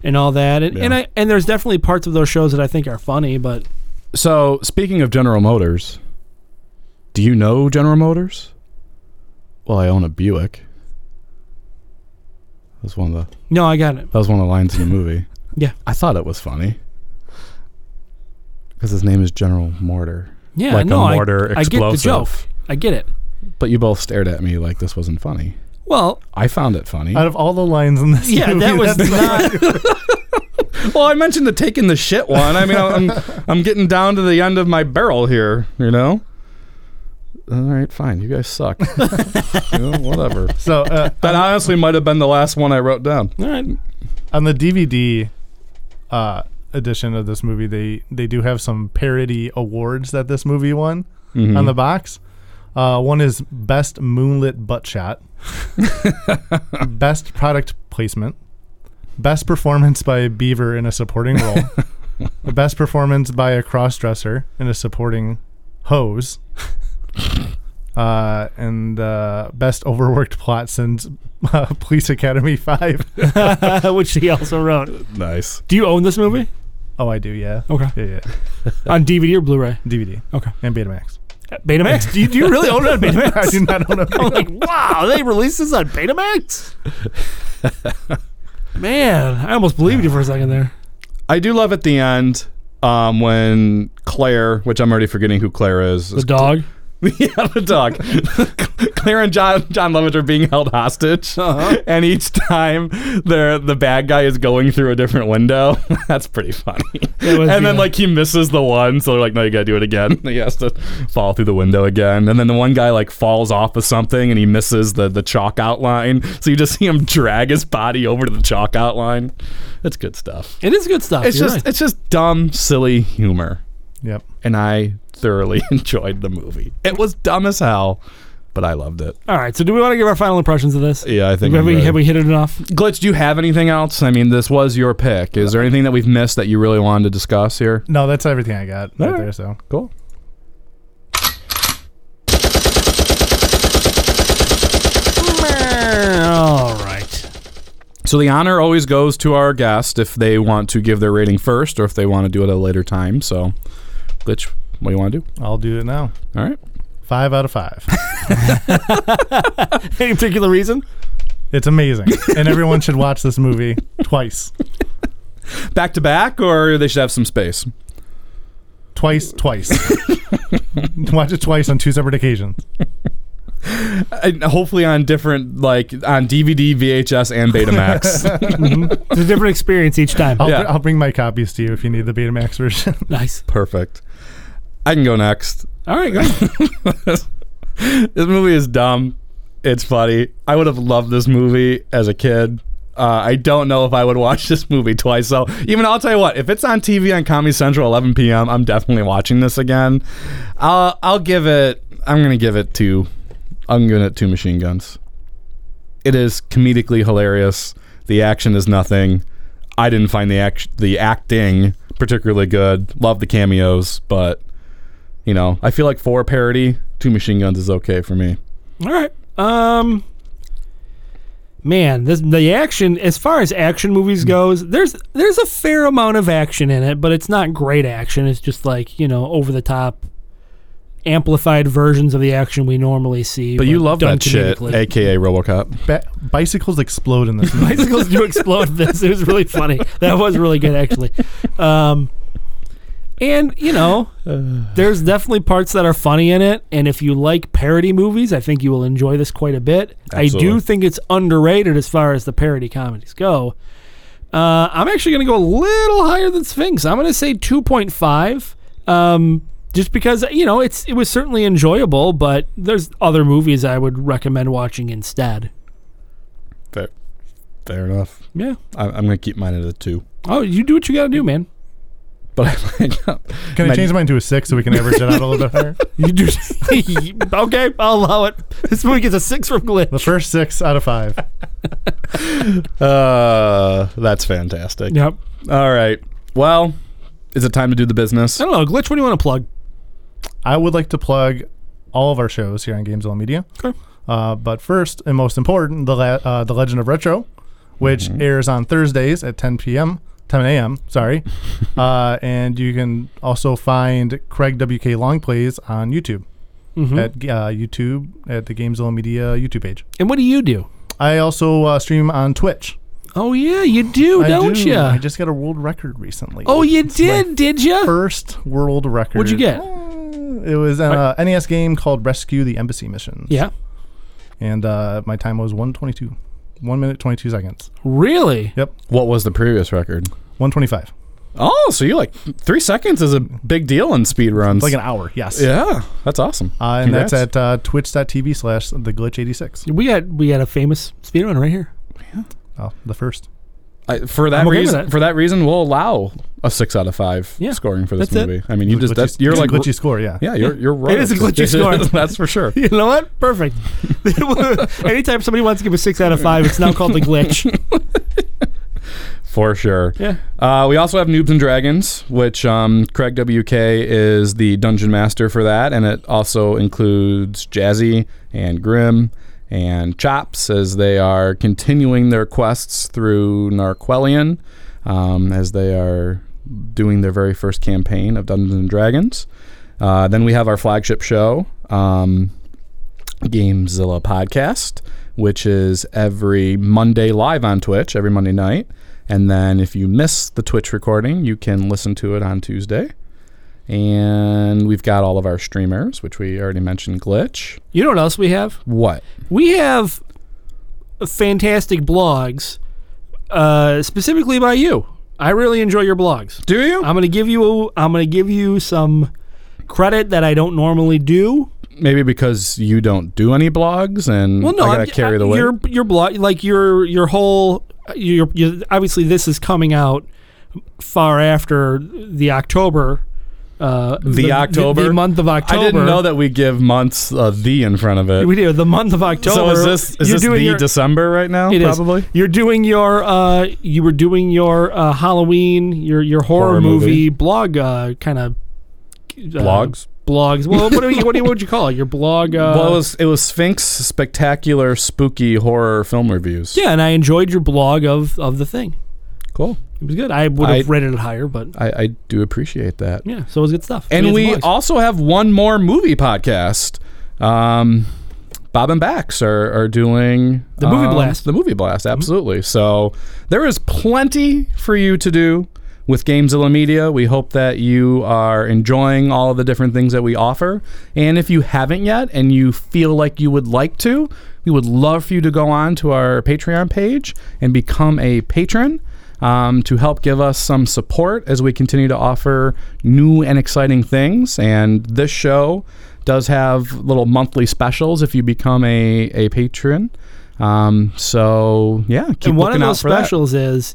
[SPEAKER 6] and all that. And, and
[SPEAKER 7] Yeah.
[SPEAKER 6] I and there's definitely parts of those shows that I think are funny, but
[SPEAKER 7] so speaking of general motors do you know general motors well i own a buick that's one of the
[SPEAKER 6] no, I got it.
[SPEAKER 7] that was one of the lines in the movie
[SPEAKER 6] Yeah.
[SPEAKER 7] i thought it was funny because his name is general mortar
[SPEAKER 6] Yeah,
[SPEAKER 7] like
[SPEAKER 6] no,
[SPEAKER 7] a mortar
[SPEAKER 6] I, I
[SPEAKER 7] explosive
[SPEAKER 6] get the joke. I get it.
[SPEAKER 7] but you both stared at me like this wasn't funny
[SPEAKER 6] Well,
[SPEAKER 7] i found it funny
[SPEAKER 1] Out of all the lines in this,
[SPEAKER 6] yeah,
[SPEAKER 1] movie,
[SPEAKER 6] that was
[SPEAKER 1] that's-
[SPEAKER 6] not.
[SPEAKER 7] well i mentioned the taking the shit one i mean i'm i'm getting down to the end of my barrel here you know all right fine you guys suck You know, whatever
[SPEAKER 1] so. Uh,
[SPEAKER 7] that honestly might have been the last one i wrote down
[SPEAKER 6] all right.
[SPEAKER 1] on the DVD uh, edition of this movie, they they do have some parody awards that this movie won on the box. Uh, one is best moonlit butt shot, best product placement, best performance by a beaver in a supporting role, the best performance by a crossdresser in a supporting hose. Uh, and uh, best overworked plot since uh, Police Academy 5.
[SPEAKER 6] which he also wrote.
[SPEAKER 7] Nice.
[SPEAKER 6] Do you own this movie
[SPEAKER 1] oh, I do, yeah.
[SPEAKER 6] Okay.
[SPEAKER 1] Yeah, yeah.
[SPEAKER 7] Uh,
[SPEAKER 6] on DVD or Blu-ray?
[SPEAKER 1] DVD.
[SPEAKER 6] Okay.
[SPEAKER 1] And Betamax.
[SPEAKER 6] Betamax? Do you, do you really own it on
[SPEAKER 1] I
[SPEAKER 6] Betamax?
[SPEAKER 1] do not own a
[SPEAKER 6] I'm
[SPEAKER 1] Betamax.
[SPEAKER 6] like, wow, they released this on Betamax. Man, I almost believed you for a second there.
[SPEAKER 7] I do love at the end um, when Claire, which I'm already forgetting who Claire is,
[SPEAKER 6] The
[SPEAKER 7] is-
[SPEAKER 6] dog.
[SPEAKER 7] yeah, the dog. Claire and John John Lovitz are being held hostage,
[SPEAKER 6] Uh-huh.
[SPEAKER 7] and each time the the bad guy is going through a different window. That's pretty funny.
[SPEAKER 6] It was
[SPEAKER 7] and then
[SPEAKER 6] the-
[SPEAKER 7] like he misses the one, so they're like, "No, you gotta do it again." He has to fall through the window again, and then the one guy like falls off of something and he misses the the chalk outline, so you just see him drag his body over to the chalk outline. That's good stuff.
[SPEAKER 6] It is good stuff.
[SPEAKER 7] It's
[SPEAKER 6] you're
[SPEAKER 7] just
[SPEAKER 6] right.
[SPEAKER 7] it's just dumb, silly humor
[SPEAKER 1] Yep.
[SPEAKER 7] and I thoroughly enjoyed the movie. It was dumb as hell, but I loved it.
[SPEAKER 6] all right. So, do we want to give our final impressions of this?
[SPEAKER 7] Yeah, I think.
[SPEAKER 6] Have
[SPEAKER 7] I'm
[SPEAKER 6] we,
[SPEAKER 7] ready.
[SPEAKER 6] have we hit it enough?
[SPEAKER 7] Glitch, do you have anything else? I mean, this was your pick. Is there anything that we've missed that you really wanted to discuss here?
[SPEAKER 1] No, that's everything I got right,
[SPEAKER 7] Alright.
[SPEAKER 1] there. So
[SPEAKER 7] Cool.
[SPEAKER 6] All right.
[SPEAKER 7] So the honor always goes to our guest if they want to give their rating first or if they want to do it at a later time. So, Glitch, what do you want to do?
[SPEAKER 1] I'll do it now.
[SPEAKER 7] All right.
[SPEAKER 1] Five out of five.
[SPEAKER 6] Any particular reason?
[SPEAKER 1] it's amazing, and everyone should watch this movie twice,
[SPEAKER 7] Back to back, or they should have some space.
[SPEAKER 1] twice, twice. watch it twice on two separate occasions.
[SPEAKER 7] And hopefully on different, like on DVD, VHS, and Betamax.
[SPEAKER 6] It's a different experience each time.
[SPEAKER 1] I'll,
[SPEAKER 7] Yeah.
[SPEAKER 1] I'll bring my copies to you if you need the Betamax version.
[SPEAKER 6] Nice.
[SPEAKER 7] Perfect. I can go next.
[SPEAKER 6] All right, go ahead.
[SPEAKER 7] this movie is dumb. It's funny. I would have loved this movie as a kid. Uh, I don't know if I would watch this movie twice. So even I'll tell you what, if it's on TV on Comedy Central 11 p.m., I'm definitely watching this again. I'll I'll give it. I'm gonna give it two. I'm giving it two machine guns. It is comedically hilarious. The action is nothing. I didn't find the act the acting particularly good. Love the cameos, but you know, I feel like for a parody, two machine guns is okay for me.
[SPEAKER 6] All right. Um, man, this the action as far as action movies
[SPEAKER 7] Hmm.
[SPEAKER 6] goes. There's there's a fair amount of action in it, but it's not great action. It's just like you know over the top, amplified versions of the action we normally see.
[SPEAKER 7] But you love
[SPEAKER 6] done
[SPEAKER 7] that shit,
[SPEAKER 6] comedically.
[SPEAKER 7] aka RoboCop.
[SPEAKER 1] Ba- bicycles explode in this movie.
[SPEAKER 6] bicycles do explode this. It was really funny. That was really good actually. Um and you know, there's definitely parts that are funny in it, and if you like parody movies, I think you will enjoy this quite a bit. I do
[SPEAKER 7] Absolutely.
[SPEAKER 6] think it's underrated as far as the parody comedies go. Uh, I'm actually going to go a little higher than Sphinx. I'm going to say 2.5, um, just because you know it's it was certainly enjoyable, but there's other movies I would recommend watching instead.
[SPEAKER 7] Fair, fair enough.
[SPEAKER 6] Yeah.
[SPEAKER 7] I, I'm gonna keep mine at a two.
[SPEAKER 6] Oh, you do what you got to do, man.
[SPEAKER 7] But I
[SPEAKER 1] Can I
[SPEAKER 7] Man-
[SPEAKER 1] change mine to a six so we can average it out a little bit higher?
[SPEAKER 6] You do. okay, I'll allow it. This movie gets a six
[SPEAKER 1] The
[SPEAKER 6] from Glitch.
[SPEAKER 1] first six out of five.
[SPEAKER 7] uh, that's fantastic.
[SPEAKER 6] Yep.
[SPEAKER 7] All right. Well, is it time to do the business?
[SPEAKER 6] I don't know, Glitch. What do you want to plug?
[SPEAKER 1] I would like to plug all of our shows here on Gamezilla Media.
[SPEAKER 6] Okay.
[SPEAKER 1] Uh, but first and most important, the la- uh, the Legend of Retro, which airs on Thursdays at 10 p.m. 10 a.m. Sorry, uh, and you can also find Craig WK long plays on YouTube
[SPEAKER 6] Mm-hmm.
[SPEAKER 1] at uh, YouTube at the Gamezilla Media YouTube page.
[SPEAKER 6] And what do you do?
[SPEAKER 1] I also uh, stream on Twitch.
[SPEAKER 6] Oh yeah, you do,
[SPEAKER 1] I
[SPEAKER 6] don't
[SPEAKER 1] do.
[SPEAKER 6] you?
[SPEAKER 1] I just got a world record recently.
[SPEAKER 6] oh, you
[SPEAKER 1] It's my
[SPEAKER 6] did, did you?
[SPEAKER 1] First world record.
[SPEAKER 6] What'd you get?
[SPEAKER 1] It was an uh, NES game called Rescue the Embassy Mission.
[SPEAKER 6] Yeah.
[SPEAKER 1] and uh, my time was 122 1 minute 22 seconds
[SPEAKER 6] Really?
[SPEAKER 1] yep
[SPEAKER 7] What was the previous record?
[SPEAKER 1] 125
[SPEAKER 7] Oh, so you like three seconds is a big deal in speed runs.
[SPEAKER 1] like an hour yes
[SPEAKER 7] yeah, that's awesome.
[SPEAKER 1] uh, and that's at
[SPEAKER 7] Congrats.
[SPEAKER 1] uh, twitch.tv slash the glitch 86
[SPEAKER 6] We got we got a famous speedrun right here.
[SPEAKER 1] oh the first
[SPEAKER 7] I, for that
[SPEAKER 6] I'm okay with
[SPEAKER 7] reason.
[SPEAKER 6] that.
[SPEAKER 7] For that reason, we'll allow a six out of five
[SPEAKER 6] Yeah,
[SPEAKER 7] scoring for this
[SPEAKER 6] that's it.
[SPEAKER 7] movie. I mean, you just
[SPEAKER 1] Glitchy-
[SPEAKER 7] that's you're
[SPEAKER 1] it's a
[SPEAKER 7] like
[SPEAKER 1] glitchy score yeah
[SPEAKER 7] Yeah, you're you're right.
[SPEAKER 6] is a glitchy score.
[SPEAKER 7] that's for sure.
[SPEAKER 6] You know what? Perfect. Anytime somebody wants to give a six out of five, it's now called the glitch.
[SPEAKER 7] For sure.
[SPEAKER 6] Yeah.
[SPEAKER 7] Uh, we also have Noobs and Dragons, which um, Craig WK is the dungeon master for that, and it also includes Jazzy and Grim and Chops as they are continuing their quests through Narquelion, um, as they are doing their very first campaign of Dungeons and Dragons. Uh, then we have our flagship show, um, Gamezilla podcast, which is every Monday live on Twitch, every Monday night. And then if you miss the Twitch recording, you can listen to it on Tuesday. And we've got all of our streamers, which we already mentioned Glitch.
[SPEAKER 6] You know what else we have?
[SPEAKER 7] What?
[SPEAKER 6] We have fantastic blogs, uh, specifically by you. I really enjoy your blogs.
[SPEAKER 7] Do you?
[SPEAKER 6] I'm gonna give you I'm gonna give you some credit that I don't normally do.
[SPEAKER 7] Maybe because you don't do any blogs and
[SPEAKER 6] Well, no,
[SPEAKER 7] I gotta
[SPEAKER 6] I'm-
[SPEAKER 7] carry
[SPEAKER 6] I-
[SPEAKER 7] the weight.
[SPEAKER 6] Your your blog, like your your whole your, your obviously this is coming out far after the October. Uh,
[SPEAKER 7] The October?
[SPEAKER 6] the, month of
[SPEAKER 7] I
[SPEAKER 6] October.
[SPEAKER 7] didn't know that we give months uh, the in front of it.
[SPEAKER 6] we do the month of October.
[SPEAKER 7] so is this is
[SPEAKER 6] You're
[SPEAKER 7] this the
[SPEAKER 6] doing your,
[SPEAKER 7] December right now?
[SPEAKER 6] it is.
[SPEAKER 7] probably.
[SPEAKER 6] You're doing your uh, you were doing your uh, Halloween your your horror,
[SPEAKER 7] Horror
[SPEAKER 6] movie,
[SPEAKER 7] movie.
[SPEAKER 6] blog uh, kind of uh,
[SPEAKER 7] Blogs?
[SPEAKER 6] blogs. Well, what do you what do you, what would you call it? Your blog. Uh,
[SPEAKER 7] well, it was it was Sphinx spectacular spooky horror film reviews.
[SPEAKER 6] yeah, and I enjoyed your blog of of the thing.
[SPEAKER 7] cool.
[SPEAKER 6] It was good. I would have
[SPEAKER 7] I-
[SPEAKER 6] rated it higher, but
[SPEAKER 7] I, I do appreciate that.
[SPEAKER 6] yeah, so it was good stuff.
[SPEAKER 7] And
[SPEAKER 6] We
[SPEAKER 7] we
[SPEAKER 6] had some blogs.
[SPEAKER 7] also have one more movie podcast. Um, Bob and Bax are, are doing
[SPEAKER 6] The Movie
[SPEAKER 7] um,
[SPEAKER 6] Blast.
[SPEAKER 7] The movie blast, absolutely. So there is plenty for you to do with Gamezilla Media. We hope that you are enjoying all of the different things that we offer. And if you haven't yet and you feel like you would like to, we would love for you to go on to our Patreon page and become a patron um, to help give us some support as we continue to offer new and exciting things. And this show does have little monthly specials if you become a, a patron. Um, so yeah, keep
[SPEAKER 6] and one of
[SPEAKER 7] looking out
[SPEAKER 6] those
[SPEAKER 7] for that.
[SPEAKER 6] specials is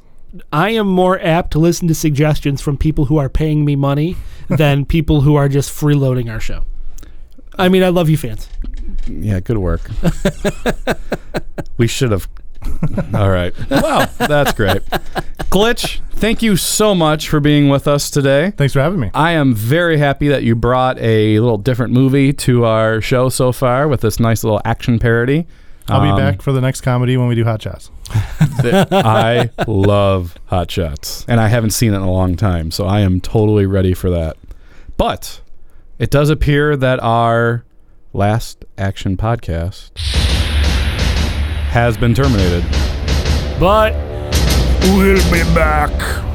[SPEAKER 6] I am more apt to listen to suggestions from people who are paying me money than people who are just freeloading our show. I mean, I love you, fans.
[SPEAKER 7] Yeah, good work. we should have. All right. Wow, that's great. Glitch, thank you so much for being with us today.
[SPEAKER 1] Thanks for having me.
[SPEAKER 7] I am very happy that you brought a little different movie to our show so far with this nice little action parody.
[SPEAKER 1] I'll
[SPEAKER 7] Um,
[SPEAKER 1] be back for the next comedy when we do Hot Shots.
[SPEAKER 7] that I love Hot Shots, and I haven't seen it in a long time, so I am totally ready for that. But it does appear that our last action podcast has been terminated.
[SPEAKER 6] But
[SPEAKER 2] We'll be back.